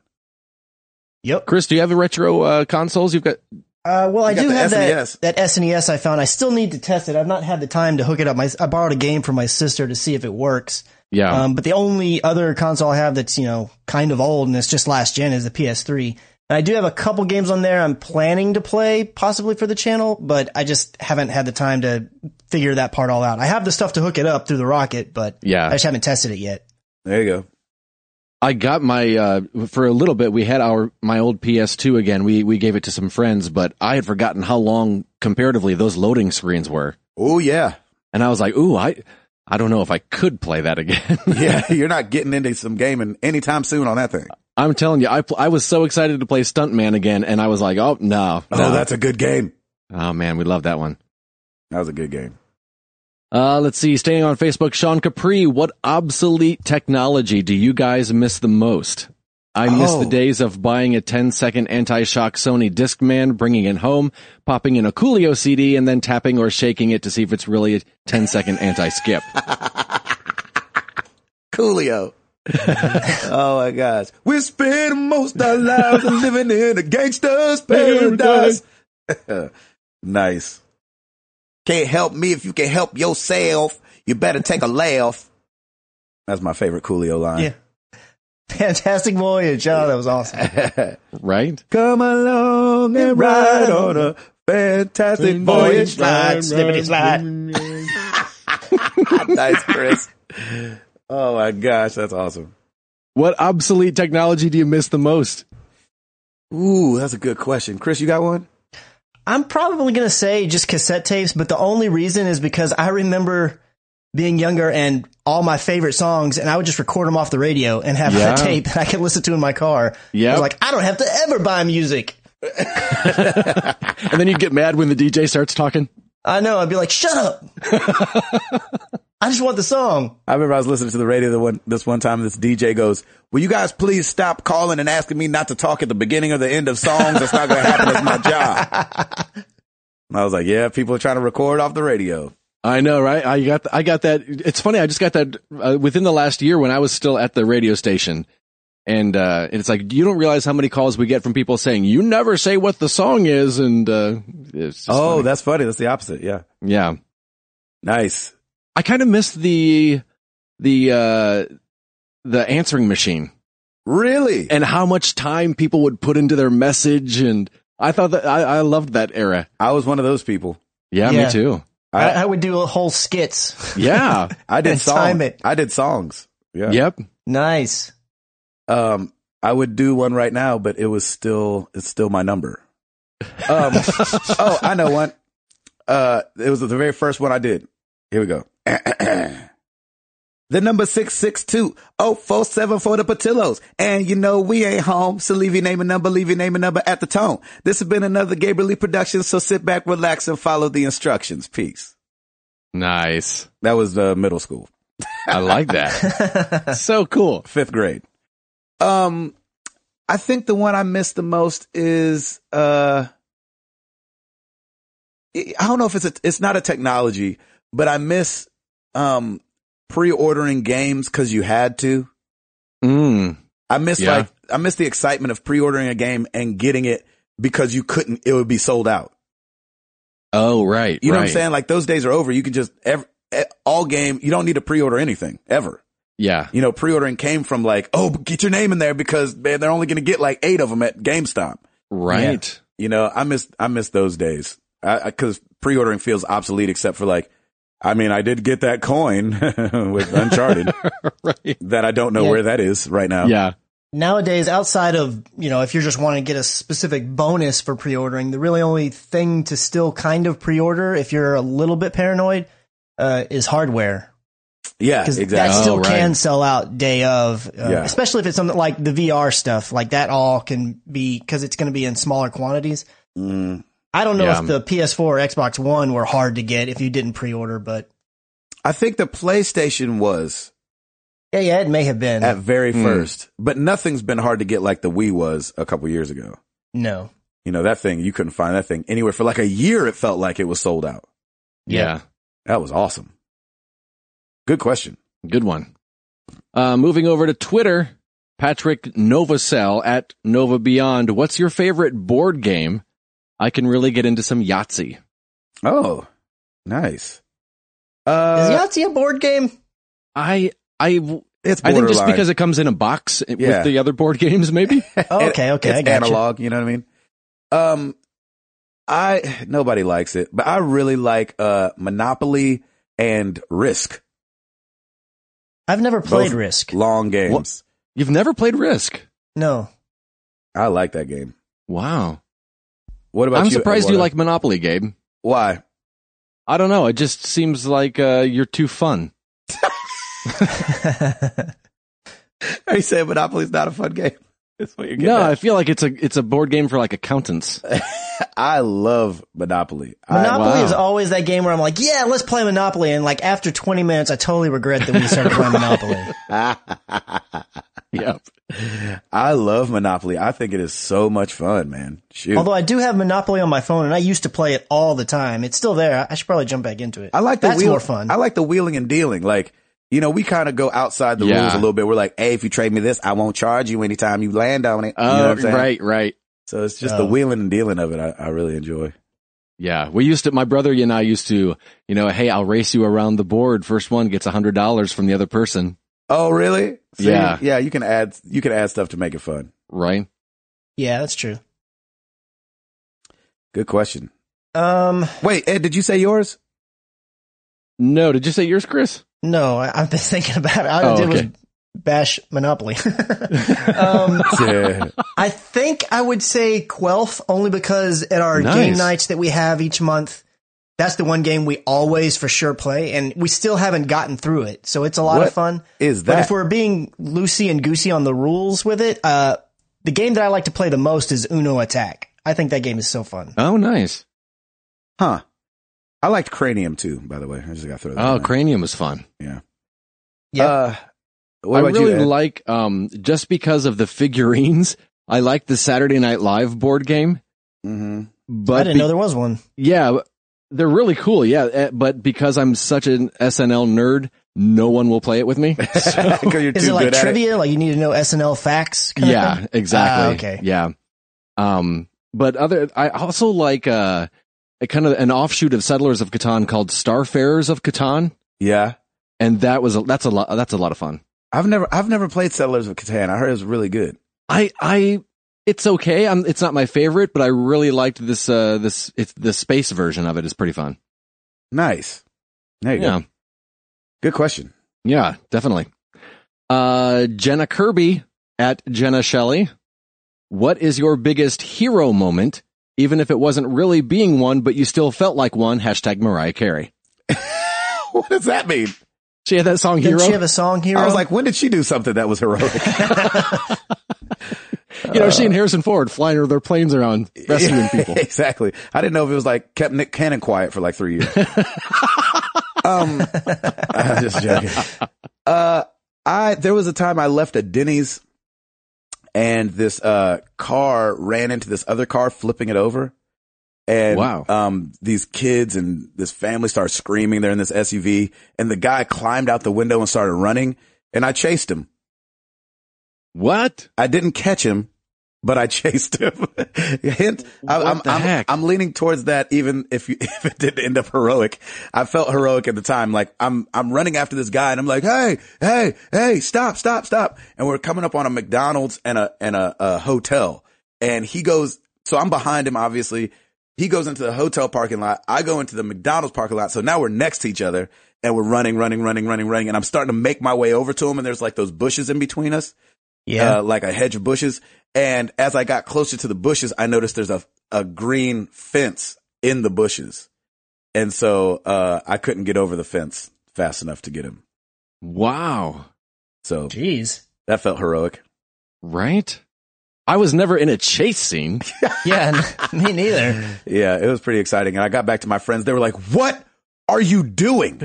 S3: Yep.
S2: Chris, do you have the retro uh, consoles? You've got.
S3: Uh, well, I
S1: got
S3: do
S1: the E
S3: have
S1: SNES.
S3: that that SNES I found. I still need to test it. I've not had the time to hook it up. My, I borrowed a game from my sister to see if it works.
S2: Yeah.
S1: Oh.
S3: Um, but the only other console I have that's you know kind of old and it's just last gen is the PS3. And I do have a couple games on there I'm planning to play possibly for the channel, but I just haven't had the time to figure that part all out. I have the stuff to hook it up through the rocket, but
S2: Yeah.
S3: I just haven't tested it yet.
S1: There you go.
S2: I got my uh, for a little bit. We had our my old PS2 again. We we gave it to some friends, but I had forgotten how long comparatively those loading screens were,
S1: Oh yeah,
S2: and I was like, "Ooh, I I don't know if I could play that again."
S1: yeah. You're not getting into some gaming anytime soon on that thing.
S2: I'm telling you, I pl- I was so excited to play Stuntman again, and I was like, "Oh no,
S1: Oh,
S2: no.
S1: that's a good game.
S2: oh man, we love that one."
S1: That was a good game.
S2: Uh, let's see. Staying on Facebook, Sean Capri, what obsolete technology do you guys miss the most? I miss
S1: Oh.
S2: the days of buying a 10 second anti shock Sony Discman, bringing it home, popping in a Coolio CD, and then tapping or shaking it to see if it's really a 10 second anti skip.
S1: Coolio. oh my gosh. We spend most our lives living in a gangster's paradise. nice. Can't help me if you can help yourself. You better take a laugh. That's my favorite Coolio line.
S3: Fantastic voyage. Oh, that was awesome.
S2: Right?
S1: Come along and ride on a fantastic voyage.
S3: slide, slippity slide.
S1: nice, Chris. Oh my gosh, that's awesome.
S2: What obsolete technology do you miss the most?
S1: Ooh, that's a good question. Chris, you got one?
S3: I'm probably going to say just cassette tapes, but the only reason is because I remember being younger and all my favorite songs, and I would just record them off the radio and have
S2: Yeah.
S3: a tape that I could listen to in my car. I
S2: Yep.
S3: was like, I don't have to ever buy music.
S2: And then you'd get mad when the DJ starts talking.
S3: I know. I'd be like, shut up. I just want the song.
S1: I remember I was listening to the radio the one, this one time. This DJ goes, "Will you guys please stop calling and asking me not to talk at the beginning or the end of songs? That's not going to happen. It's my job." And I was like, "Yeah, people are trying to record off the radio."
S2: I know, right? I got, I got that. It's funny. I just got that uh, within the last year when I was still at the radio station, and uh, it's like you don't realize how many calls we get from people saying you never say what the song is, and uh, it's just
S1: oh,
S2: funny.
S1: that's funny. That's the opposite. Yeah,
S2: yeah.
S1: nice.
S2: I kind of miss the the uh, the answering machine
S1: Really?
S2: and how much time people would put into their message, and I thought that I, I loved that era.
S1: I was one of those people.
S2: Yeah,
S3: Yeah.
S2: me too.
S3: I,
S1: I
S3: I would do a whole skits.
S2: Yeah.
S1: I did
S3: And time
S1: songs.
S3: it.
S1: I did songs. Yeah.
S2: Yep.
S3: Nice.
S1: Um, I would do one right now, but it was still it's still my number. Um, oh, I know one. Uh, it was the very first one I did. Here we go. the number six six two oh four seven for the Patillos, and you know we ain't home, so leave your name and number, leave your name and number at the tone. This has been another Gabriel Lee production, so sit back, relax, and follow the instructions. Peace.
S2: Nice.
S1: That was uh, middle school.
S2: I like that. so cool.
S1: fifth grade. Um, I think the one I miss the most is uh, I I don't know if it's a, it's not a technology, but I miss um pre-ordering games because you had to.
S2: Mm.
S1: I miss
S2: Yeah.
S1: like I miss the excitement of pre-ordering a game and getting it because you couldn't. It would be sold out.
S2: Oh, right.
S1: You know what
S2: right.
S1: I'm saying? Like those days are over. You can just ev eh, all game. You don't need to pre-order anything ever.
S2: Yeah.
S1: you know, pre-ordering came from like, oh, but get your name in there because man, they're only going to get like eight of them at GameStop.
S2: Right.
S1: You know, I miss, I miss those days I, I, cause pre-ordering feels obsolete except for like, I mean, I did get that coin with Uncharted
S2: right.
S1: that I don't know
S3: Yeah.
S1: where that is right now.
S2: Yeah.
S3: Nowadays, outside of, you know, if you're just wanting to get a specific bonus for pre-ordering, the really only thing to still kind of pre-order, if you're a little bit paranoid, uh, is hardware.
S1: Yeah,
S3: because
S1: exactly.
S3: that still
S2: Oh, right.
S3: can sell out day of, uh,
S1: Yeah.
S3: especially if it's something like the VR stuff, like that all can be because it's going to be in smaller quantities.
S1: Mm.
S3: I don't know
S2: Yeah.
S3: if the PS4 or Xbox One were hard to get if you didn't pre-order, but
S1: I think the PlayStation was
S3: yeah, yeah, it may have been.
S1: at very
S2: Hmm.
S1: first, but nothing's been hard to get like the Wii was a couple years ago.
S3: no,
S1: You know, that thing, you couldn't find that thing anywhere for like a year. It felt like it was sold out.
S2: Yeah.
S1: That was awesome. Good question.
S2: Good one. Uh, moving over to Twitter, Patrick Novacell at Nova Beyond. What's your favorite board game? I can really get into some Yahtzee.
S1: Oh, nice.
S3: is
S1: Uh,
S3: Yahtzee a board game?
S2: I, I,
S1: it's
S2: I think just
S1: borderline.
S2: because it comes in a box
S1: Yeah.
S2: with the other board games, maybe.
S3: Oh, okay, okay,
S1: it's
S3: I got
S1: analog. You know what I mean? Um, I nobody likes it, but I really like uh Monopoly and Risk
S3: I've never played
S1: Both-
S3: Risk.
S1: long games.
S2: You've never played Risk.
S3: No,
S1: I like that game.
S2: Wow.
S1: What about
S2: I'm
S1: you?
S2: surprised you
S1: Eduardo?
S2: like Monopoly, Gabe.
S1: why?
S2: I don't know. It just seems like uh, you're too fun.
S1: Are you saying Monopoly's not a fun game? That's what you're
S2: No, I feel like it's a it's a board game for like accountants.
S1: I love Monopoly. I,
S3: Monopoly
S2: wow.
S3: is always that game where I'm like, yeah, let's play Monopoly, and like after 20 minutes, I totally regret that we started playing Monopoly.
S2: yeah.
S1: I love Monopoly. I think it is so much fun, man. Shoot.
S3: Although I do have Monopoly on my phone, and I used to play it all the time. It's still there. I should probably jump back into it.
S1: I like the
S3: that's
S1: wheel-
S3: more fun.
S1: I like the wheeling and dealing. Like, you know, we kind of go outside the
S2: Yeah.
S1: rules a little bit. We're like, hey, if you trade me this, I won't charge you anytime you land on it. You know what
S2: Uh,
S1: I'm saying?
S2: right, right.
S1: So it's just
S3: Oh.
S1: the wheeling and dealing of it. I, I really enjoy.
S2: Yeah, we used to. My brother and I used to. You know, hey, I'll race you around the board. First one gets a hundred dollars from the other person.
S1: Oh, really? So
S2: Yeah.
S1: You, yeah. You can add, you can add stuff to make it fun.
S2: Right?
S3: yeah, that's true.
S1: Good question.
S3: Um,
S1: Wait, Ed, did you say yours?
S2: No, did you say yours, Chris?
S3: no, I, I've been thinking about it. I
S2: Oh,
S3: did was
S2: okay.
S3: bash Monopoly. um,
S1: Yeah.
S3: I think I would say Quelf only because at our
S2: Nice.
S3: game nights that we have each month, that's the one game we always for sure play, and we still haven't gotten through it. So it's a lot
S1: What
S3: of fun.
S1: is
S3: But
S1: that?
S3: if we're being loosey and goosey on the rules with it, uh, the game that I like to play the most is Uno Attack. I think that game is so fun.
S1: Uh,
S2: Oh, nice.
S1: huh. I liked Cranium too, by the way. I just got to throw that
S2: Oh,
S1: in there.
S2: cranium was fun.
S3: Yeah.
S1: Uh, what
S2: I
S1: about
S2: really
S1: you, Ed?
S2: like um just because of the figurines. I like the Saturday Night Live board game,
S1: Mhm.
S2: but
S3: I didn't
S2: be-
S3: know there was one.
S2: Yeah, they're really cool. Yeah, eh, but because I'm such an SNL nerd, no one will play it with me. So,
S1: 'Cause you're
S3: Is
S1: too
S3: it like
S1: good at it.
S3: trivia? Like you need to know SNL facts? kind of
S2: yeah,
S3: thing?
S2: exactly.
S3: Ah, okay.
S2: Yeah. Um, but other, I also like uh, a kind of an offshoot of Settlers of Catan called Starfarers of Catan,
S1: Yeah.
S2: and that was a, that's a lot that's a lot of fun.
S1: I've never I've never played Settlers of Catan. I heard it was really good.
S2: I I it's okay. I'm, it's not my favorite, but I really liked this uh this it's the space version of it is pretty fun.
S1: Nice. There you
S2: Yeah.
S1: go. Good question.
S2: Yeah, definitely. Uh, Jenna Kirby at Jenna Shelley. What is your biggest hero moment? Even if it wasn't really being one, but you still felt like one. Hashtag Mariah Carey.
S1: What does that mean?
S2: She had that song
S3: Didn't
S2: Hero.
S3: she have a song hero?
S1: I was like, when did she do something that was heroic?
S2: you know, she and Harrison Ford flying their planes around rescuing people.
S1: exactly. I didn't know if it was like kept Nick Cannon quiet for like three years. um, I'm just joking. Uh, I there was a time I left a Denny's, and this uh car ran into this other car, flipping it over. And
S2: Wow.
S1: um, these kids and this family start screaming. They're in this SUV, and the guy climbed out the window and started running. And I chased him.
S2: What?
S1: I didn't catch him, but I chased him. Hint, I,
S2: What
S1: I'm,
S2: the
S1: I'm,
S2: heck?
S1: I'm leaning towards that even if you, if it didn't end up heroic. I felt heroic at the time. Like I'm, I'm running after this guy and I'm like, Hey, hey, hey, stop, stop, stop. And we're coming up on a McDonald's and a, and a, a hotel. And he goes, so I'm behind him, obviously. He goes into the hotel parking lot. I go into the McDonald's parking lot. So now we're next to each other and we're running, running, running, running, running. And I'm starting to make my way over to him. And there's like those bushes in between us
S3: yeah.
S1: uh, like a hedge of bushes. And as I got closer to the bushes, I noticed there's a, a green fence in the bushes. And so, uh, I couldn't get over the fence fast enough to get him.
S2: Wow.
S1: So
S3: Jeez.
S1: that felt heroic.
S2: Right? I was never in a chase scene.
S3: Yeah, n- me neither.
S1: Yeah, it was pretty exciting. And I got back to my friends. They were like, What are you doing?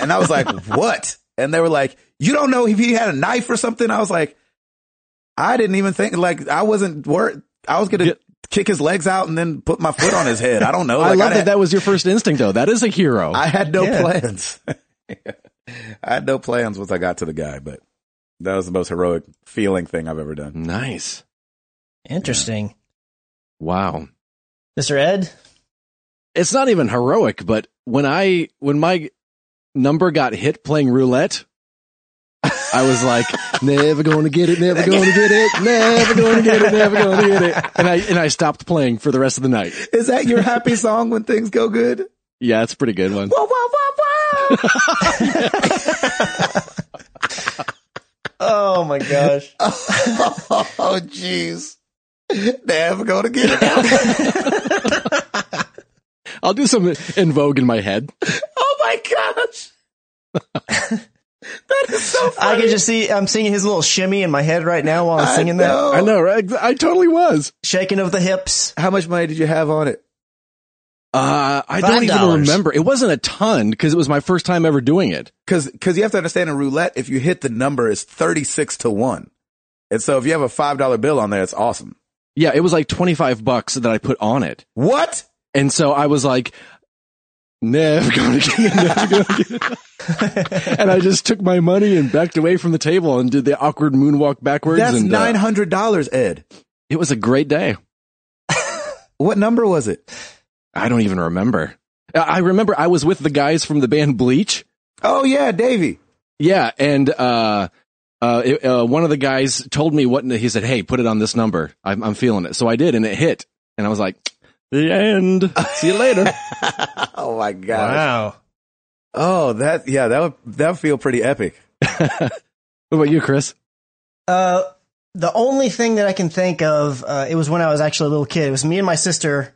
S1: and I was like, What? And they were like, You don't know if he had a knife or something? I was like, I didn't even think, like, I wasn't worried. I was going to
S2: Yeah.
S1: kick his legs out and then put my foot on his head. I don't know.
S2: I
S1: Oh, Like,
S2: love
S1: didn't-
S2: that that was your first instinct though. That is a hero.
S1: I had no
S3: Yeah.
S1: plans. I had no plans once I got to the guy, but that was the most heroic feeling thing I've ever done.
S2: nice.
S3: Interesting.
S2: Wow.
S3: Mr. Ed?
S2: It's not even heroic, but when I when my number got hit playing roulette, I was like, never gonna get it, never gonna get it, never gonna get it, never gonna get it. And I and I stopped playing for the rest of the night.
S1: Is that your happy song when things go good?
S2: Yeah, that's a pretty good one.
S1: Whoa, whoa, whoa, whoa.
S3: Oh my gosh.
S1: oh, jeez. Never gonna get it.
S2: I'll do some in vogue in my head.
S1: Oh my gosh. that is so funny.
S3: I can just see, I'm seeing his little shimmy in my head right now while I'm
S1: I
S3: singing that.
S1: know.
S2: I know, right? I totally was.
S3: Shaking of the hips.
S1: How much money did you have on it?
S2: Uh, I don't even
S3: $5.
S2: remember. It wasn't a ton because it was my first time ever doing it.
S1: Cause, cause you have to understand in roulette, if you hit the number, it's 36 to one. And so if you have a $5 bill on there, it's awesome.
S2: Yeah, it was like 25 bucks that I put on it.
S1: What?
S2: And so I was like, never going to get it. Never gonna get it. and I just took my money and backed away from the table and did the awkward moonwalk backwards.
S1: That's
S2: and, uh,
S1: nine hundred dollars, Ed.
S2: it was a great day.
S1: What number was it?
S2: I don't even remember. I- I remember I was with the guys from the band Bleach.
S1: Oh yeah, Davy.
S2: Yeah, and uh, uh, it, uh, one of the guys told me what he said. Hey, put it on this number. I'm, I'm feeling it. So I did, and it hit. And I was like, the end. See you later.
S1: oh my gosh.
S3: Wow.
S1: Oh, that yeah, that would that would feel pretty epic.
S2: what about you, Chris?
S3: Uh, the only thing that I can think of, uh, it was when I was actually a little kid. It was me and my sister.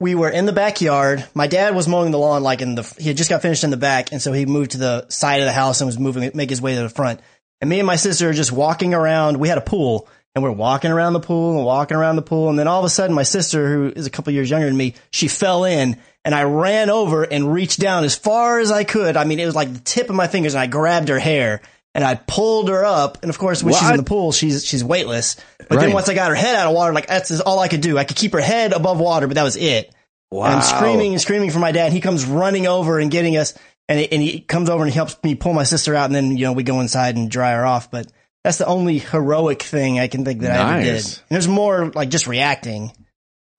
S3: We were in the backyard. My dad was mowing the lawn, like in the, he had just got finished in the back. And so he moved to the side of the house and was moving, make his way to the front. And me and my sister are just walking around. We had a pool and we're walking around the pool and walking around the pool. And then all of a sudden, my sister, who is a couple years younger than me, she fell in and I ran over and reached down as far as I could. I mean, it was like the tip of my fingers and I grabbed her hair and I pulled her up. And of course, when she's in
S2: What?
S3: the pool, she's, she's weightless. But then
S2: Right.
S3: once I got her head out of water, like that's all I could do. I could keep her head above water, but that was it.
S1: Wow.
S3: And I'm screaming and screaming for my dad. He comes running over and getting us, and he, and he comes over and he helps me pull my sister out, and then you know we go inside and dry her off. But that's the only heroic thing I can think that I ever did.
S2: Nice.
S3: And there's more like just reacting.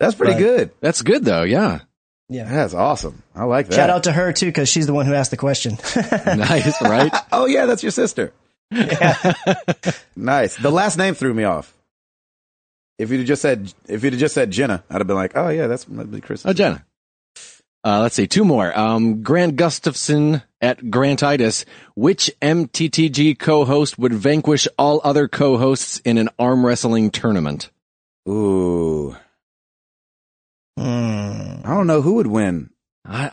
S1: That's pretty
S3: Right.
S1: good.
S2: That's good though. Yeah,
S1: That's awesome. I like that.
S3: Shout out to her too because she's the one who asked the question.
S2: nice, right?
S1: Oh yeah, that's your sister. nice. The last name threw me off. If you'd have just said if you'd have just said Jenna, I'd have been like, Oh yeah, that's that'd be Chris.
S2: Oh, Jenna. Uh, let's see, two more. Um, Grant Gustafson at Grantitis. Which MTTG co-host would vanquish all other co-hosts in an arm wrestling tournament?
S1: Ooh.
S3: Hmm.
S1: I don't know who would win.
S2: I,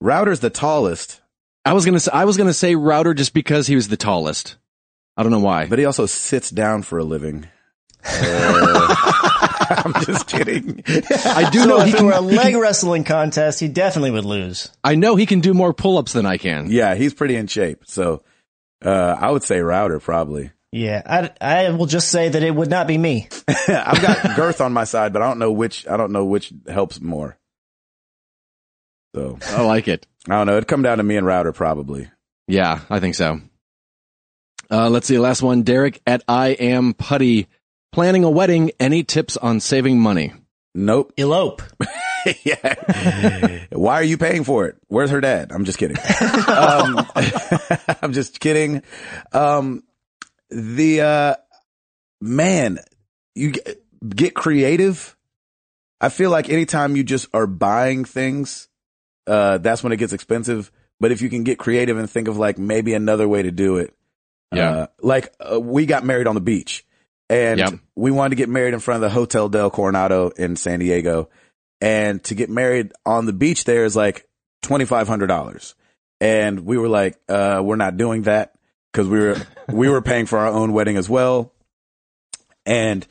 S1: Router's the tallest,
S2: I was gonna say I was gonna say Router just because he was the tallest. I don't know why.
S1: but he also sits down for a living. Uh, I'm just kidding.
S2: I do
S3: So
S2: know
S3: if
S2: he
S3: it
S2: can,
S3: were a
S2: he
S3: leg
S2: can-
S3: wrestling contest, he definitely would lose.
S2: I know he can do more pull-ups than I can.
S1: Yeah, he's pretty in shape. So uh, I would say router probably.
S3: Yeah, I, I will just say that it would not be me.
S1: I've got girth on my side, but I don't know which I don't know which helps more. So
S2: I like it.
S1: I don't know. It'd come down to me and router probably.
S2: Yeah, I think so. Uh, let's see. Last one. Derek at I am putty planning a wedding. Any tips on saving money?
S1: Nope.
S3: Elope.
S1: yeah. Why are you paying for it? Where's her dad? I'm just kidding. um, I'm just kidding. Um, the uh, man, you g- get creative. I feel like anytime you just are buying things, uh, that's when it gets expensive. But if you can get creative and think of like maybe another way to do it,
S2: Yeah.
S1: uh, like uh, we got married on the beach, and
S2: Yep.
S1: we wanted to get married in front of the Hotel Del Coronado in San Diego, and to get married on the beach there is like twenty five hundred dollars. and we were like, uh, we're not doing that because we were we were paying for our own wedding as well. And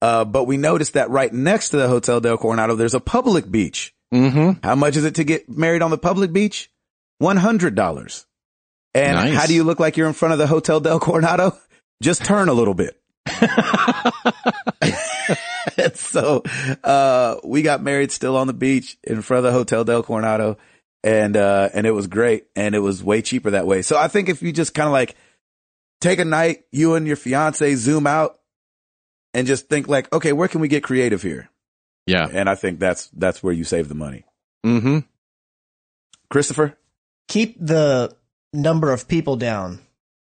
S1: uh, but we noticed that right next to the Hotel Del Coronado, there's a public beach.
S2: Mm-hmm.
S1: How much is it to get married on the public beach? One hundred dollars. And
S2: Nice.
S1: how do you look like you're in front of the Hotel Del Coronado? Just turn a little bit. And so uh, we got married still on the beach in front of the Hotel Del Coronado, and uh, and it was great, and it was way cheaper that way. So I think if you just kind of like take a night, you and your fiance zoom out, and just think like, okay, where can we get creative here?
S2: Yeah.
S1: And I think that's that's where you save the money,
S2: Mm-hmm.
S1: Christopher.
S3: keep the number of people down.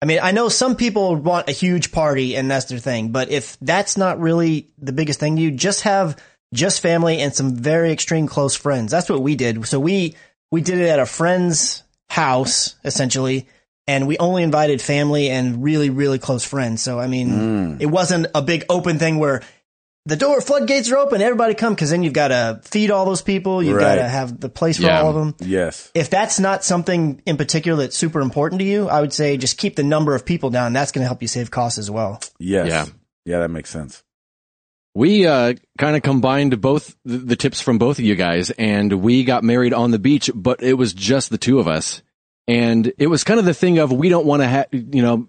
S3: I mean, I know some people want a huge party and that's their thing, but if that's not really the biggest thing, you just have just family and some very extreme close friends. That's what we did. So we we did it at a friend's house essentially, and we only invited family and really really close friends. So I mean, it wasn't a big open thing where the door floodgates are open, everybody come because then you've got to feed all those people, you've got to
S1: Right.
S3: have the place for
S2: Yeah.
S3: all of them
S1: Yes.
S3: if that's not something in particular that's super important to you, I would say just keep the number of people down. That's going to help you save costs as well.
S1: Yes.
S2: Yeah.
S1: Yeah, that makes sense.
S2: We uh, kind of combined both the, the tips from both of you guys, and we got married on the beach, but it was just the two of us, and it was kind of the thing of we don't want to, ha- you know,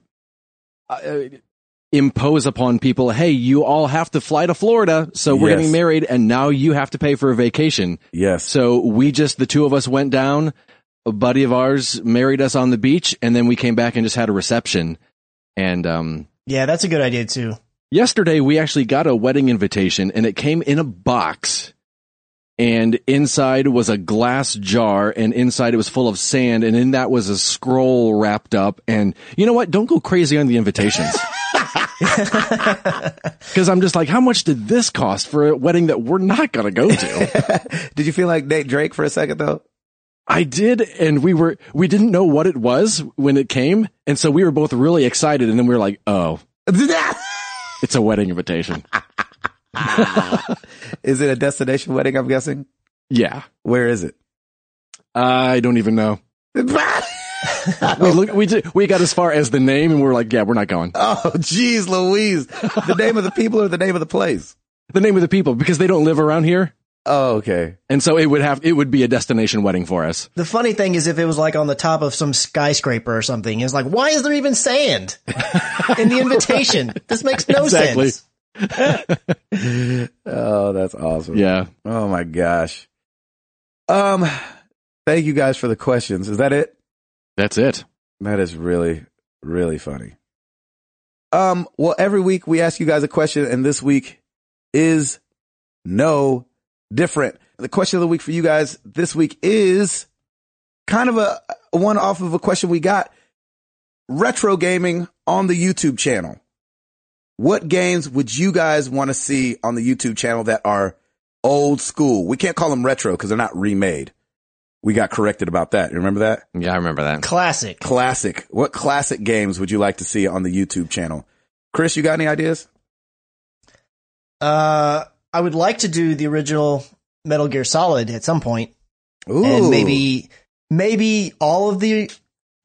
S2: uh, impose upon people. Hey, you all have to fly to Florida, so we're
S1: Yes.
S2: getting married, and now you have to pay for a vacation.
S1: Yes.
S2: So we just the two of us went down. A buddy of ours married us on the beach, and then we came back and just had a reception. And um,
S3: Yeah, that's a good idea too.
S2: yesterday we actually got a wedding invitation and it came in a box and inside was a glass jar and inside it was full of sand and in that was a scroll wrapped up and you know what don't go crazy on the invitations because i'm just like how much did this cost for a wedding that we're not going to go to
S1: Did you feel like Nate Drake for a second though?
S2: i did and we were we didn't know what it was when it came and so we were both really excited and then we were like oh it's a wedding invitation
S1: is it a destination wedding? I'm guessing.
S2: yeah
S1: Where is it?
S2: i don't even know we look, we did, we got as far as the name, and we were like, yeah, we're not going.
S1: Oh, geez, Louise. The name of the people or the name of the place?
S2: The name of the people because they don't live around here,
S1: Oh, okay.
S2: and so it would have it would be a destination wedding for us.
S3: The funny thing is if it was like on the top of some skyscraper or something, it's like, why is there even sand in the invitation? This makes no
S2: Exactly.
S3: sense.
S1: Oh, that's awesome.
S2: Yeah,
S1: Oh my gosh. Um, thank you guys for the questions. Is that it?
S2: that's it.
S1: That is really, really funny. Um, well, every week we ask you guys a question, and this week is no different. The question of the week for you guys this week is kind of a a one off of a question we got retro gaming on the YouTube channel. What games would you guys want to see on the YouTube channel that are old school? We can't call them retro because they're not remade. We got corrected about that. You remember that?
S2: Yeah, I remember that.
S3: Classic.
S1: classic. What classic games would you like to see on the YouTube channel? Chris, you got any ideas?
S3: Uh, I would like to do the original Metal Gear Solid at some point.
S1: Ooh,
S3: and maybe maybe all of the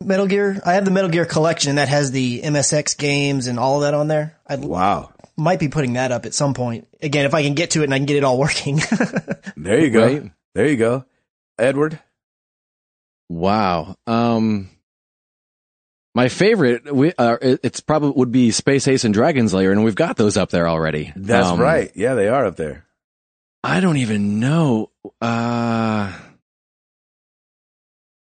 S3: Metal Gear. I have the Metal Gear collection and that has the MSX games and all of that on there. I
S1: wow.
S3: might be putting that up at some point. Again, if I can get to it and I can get it all working.
S1: There you go.
S2: Right?
S1: There you go. Edward.
S2: Wow. Um, my favorite, we, uh, it- it's probably would be Space Ace and Dragon's Lair, and we've got those up there already.
S1: That's
S2: Um,
S1: right. Yeah, they are up there.
S2: I don't even know. Uh,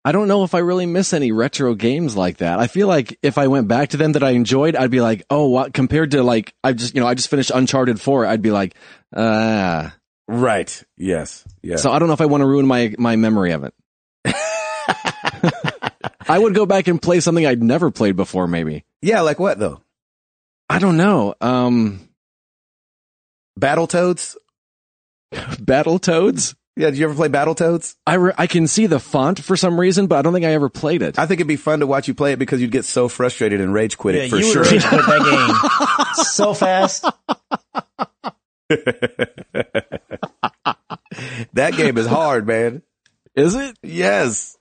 S2: I don't know if I really miss any retro games like that. I feel like if I went back to them that I enjoyed, I'd be like, oh, wow, compared to like I just you know I just finished Uncharted Four, I'd be like, ah.
S1: Right. Yes. Yes.
S2: So I don't know if I want to ruin my my memory of it. I would go back and play something I'd never played before, maybe.
S1: yeah, like what though?
S2: I don't know. Um,
S1: Battletoads?
S2: Battletoads.
S1: Yeah, did you ever play Battletoads?
S2: I re- I can see the font for some reason, but I don't think I ever played it.
S1: I think it'd be fun to watch you play it because you'd get so frustrated and rage quit
S3: yeah,
S1: it for
S3: you
S1: sure.
S3: would rage quit that game so fast.
S1: that game is hard, man.
S2: Is it?
S1: Yes.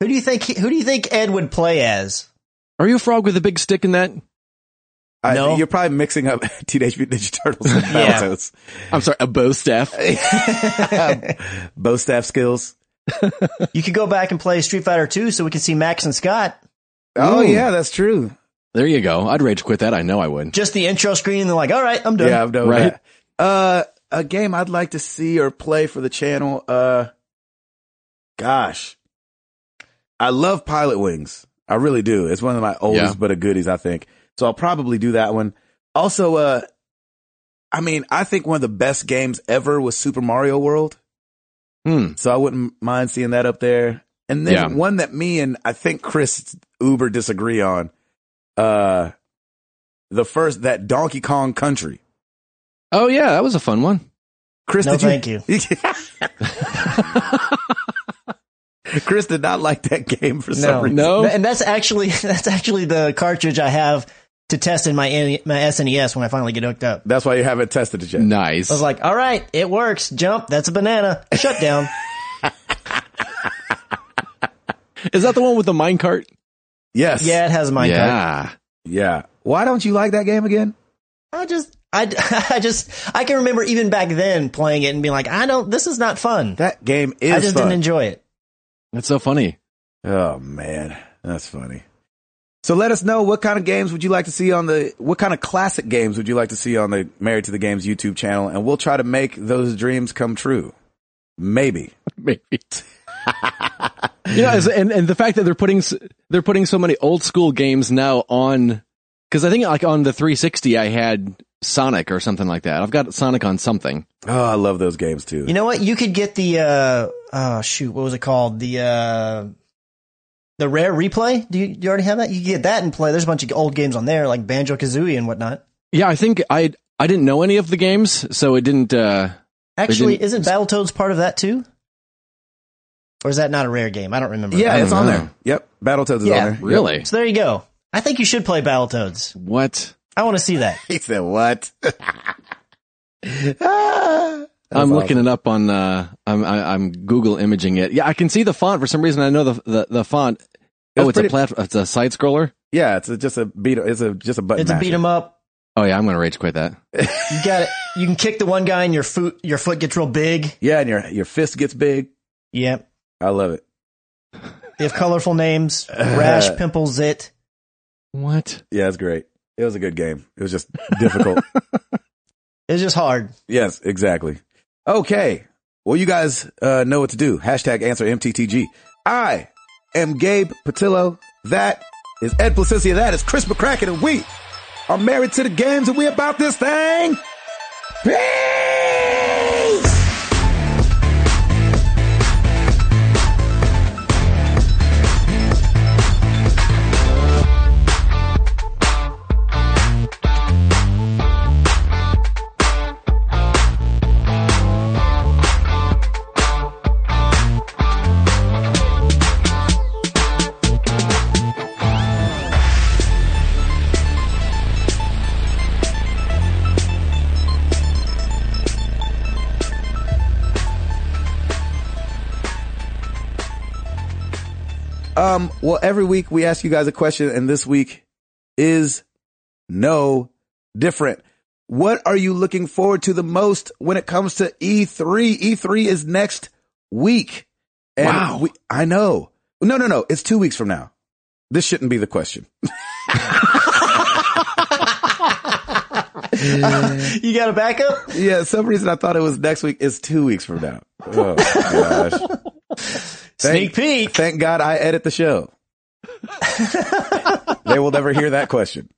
S3: Who do you think? Who do you think Ed would play as?
S2: Are you a frog with a big stick in that?
S1: I,
S3: No.
S1: You're probably mixing up Teenage Mutant Ninja Turtles and
S3: Yeah.
S1: Battletoads.
S2: I'm sorry, a bow staff.
S1: Bow staff skills.
S3: You could go back and play Street Fighter Two, so we can see Max and Scott.
S1: Oh
S2: Ooh.
S1: yeah, that's true.
S2: There you go. I'd rage quit that. I know I would.
S3: Just the intro screen, and they're like, "All right, I'm done."
S1: Yeah, I've done
S2: Right.
S1: that. Uh, a game I'd like to see or play for the channel. Uh, gosh, I love Pilot Wings. I really do. It's one of my oldest
S2: Yeah.
S1: but a goodies, I think. So I'll probably do that one. Also, uh, I mean, I think one of the best games ever was Super Mario World.
S2: Hmm.
S1: So I wouldn't mind seeing that up there. And then
S2: Yeah.
S1: one that me and I think Chris Uber disagree on. Uh, the first that Donkey Kong Country.
S2: Oh yeah, that was a fun one.
S1: Chris,
S3: No,
S1: did
S3: thank you.
S1: Chris did not like that game for some reason.
S2: No.
S3: Th- and that's actually that's actually the cartridge I have to test in my N- E, my SNES when I finally get hooked up.
S1: That's why you haven't tested it yet.
S2: Nice.
S3: I was like, "All right, it works. Jump. That's a banana. Shut down."
S2: Is that the one with the minecart?
S1: Yes.
S3: yeah, it has my card.
S2: Yeah.
S1: Yeah. Why don't you like that game again?
S3: I just. I, d- I just I can remember even back then playing it and being like I don't this is not fun
S1: That game is
S3: I just
S1: fun.
S3: didn't enjoy it
S2: That's so funny.
S1: oh man, that's funny. So let us know what kind of games would you like to see on the what kind of classic games would you like to see on the Married to the Games YouTube channel, and we'll try to make those dreams come true. Maybe.
S2: Maybe. you know, as- and and the fact that they're putting s- they're putting so many old school games now on because I think like on the 360 I had Sonic or something like that. I've got Sonic on something.
S1: Oh, I love those games too.
S3: you know what you could get the uh oh shoot what was it called the uh the rare replay do you, do you already have that you could get that and play there's a bunch of old games on there like Banjo Kazooie and whatnot
S2: Yeah, I think I I didn't know any of the games, so it didn't. uh
S3: Actually,
S2: didn't-
S3: isn't Battletoads part of that too? Or is that not a rare game? I don't remember.
S1: yeah,
S2: I
S1: it's
S2: don't
S1: on
S2: know.
S1: there. Yep. Battletoads is on
S3: Yeah.
S1: there.
S2: Really?
S3: So there you go. I think you should play Battletoads.
S2: What?
S3: I want to see that.
S1: He said, "What?" Ah.
S2: I'm looking it up on. Uh, I'm I, I'm Google imaging it. Yeah, I can see the font for some reason. I know the the, the font.
S1: That's
S2: oh, it's
S1: pretty-
S2: a plat- It's a side scroller.
S1: Yeah, it's a, just a beat. It's a just a button.
S3: It's a beat 'em up.
S2: Oh yeah, I'm gonna rage quit that.
S3: You got it. You can kick the one guy and your foot your foot gets real big.
S1: Yeah, and your your fist gets big.
S3: Yep.
S1: I love it.
S3: They have colorful names. Rash, pimple, zit.
S2: What?
S1: Yeah, it's great. It was a good game. It was just difficult.
S3: It's just hard.
S1: yes, exactly. Okay. Well, you guys uh, know what to do. Hashtag answer MTTG. I am Gabe Patillo. That is Ed Placencia. That is Chris McCracken, and we are married to the games, and we about this thing. Peace. Um, well, every week we ask you guys a question, and this week is no different. What are you looking forward to the most when it comes to E E3? E3 is next week. And
S2: Wow.
S1: We, I know. No, no, no. It's two weeks from now. This shouldn't be the question.
S3: You got a backup?
S1: Yeah, some reason I thought it was next week. It's two weeks from now. Oh, gosh.
S3: Sneak peek.
S1: Thank God I edit the show. they will never hear that question.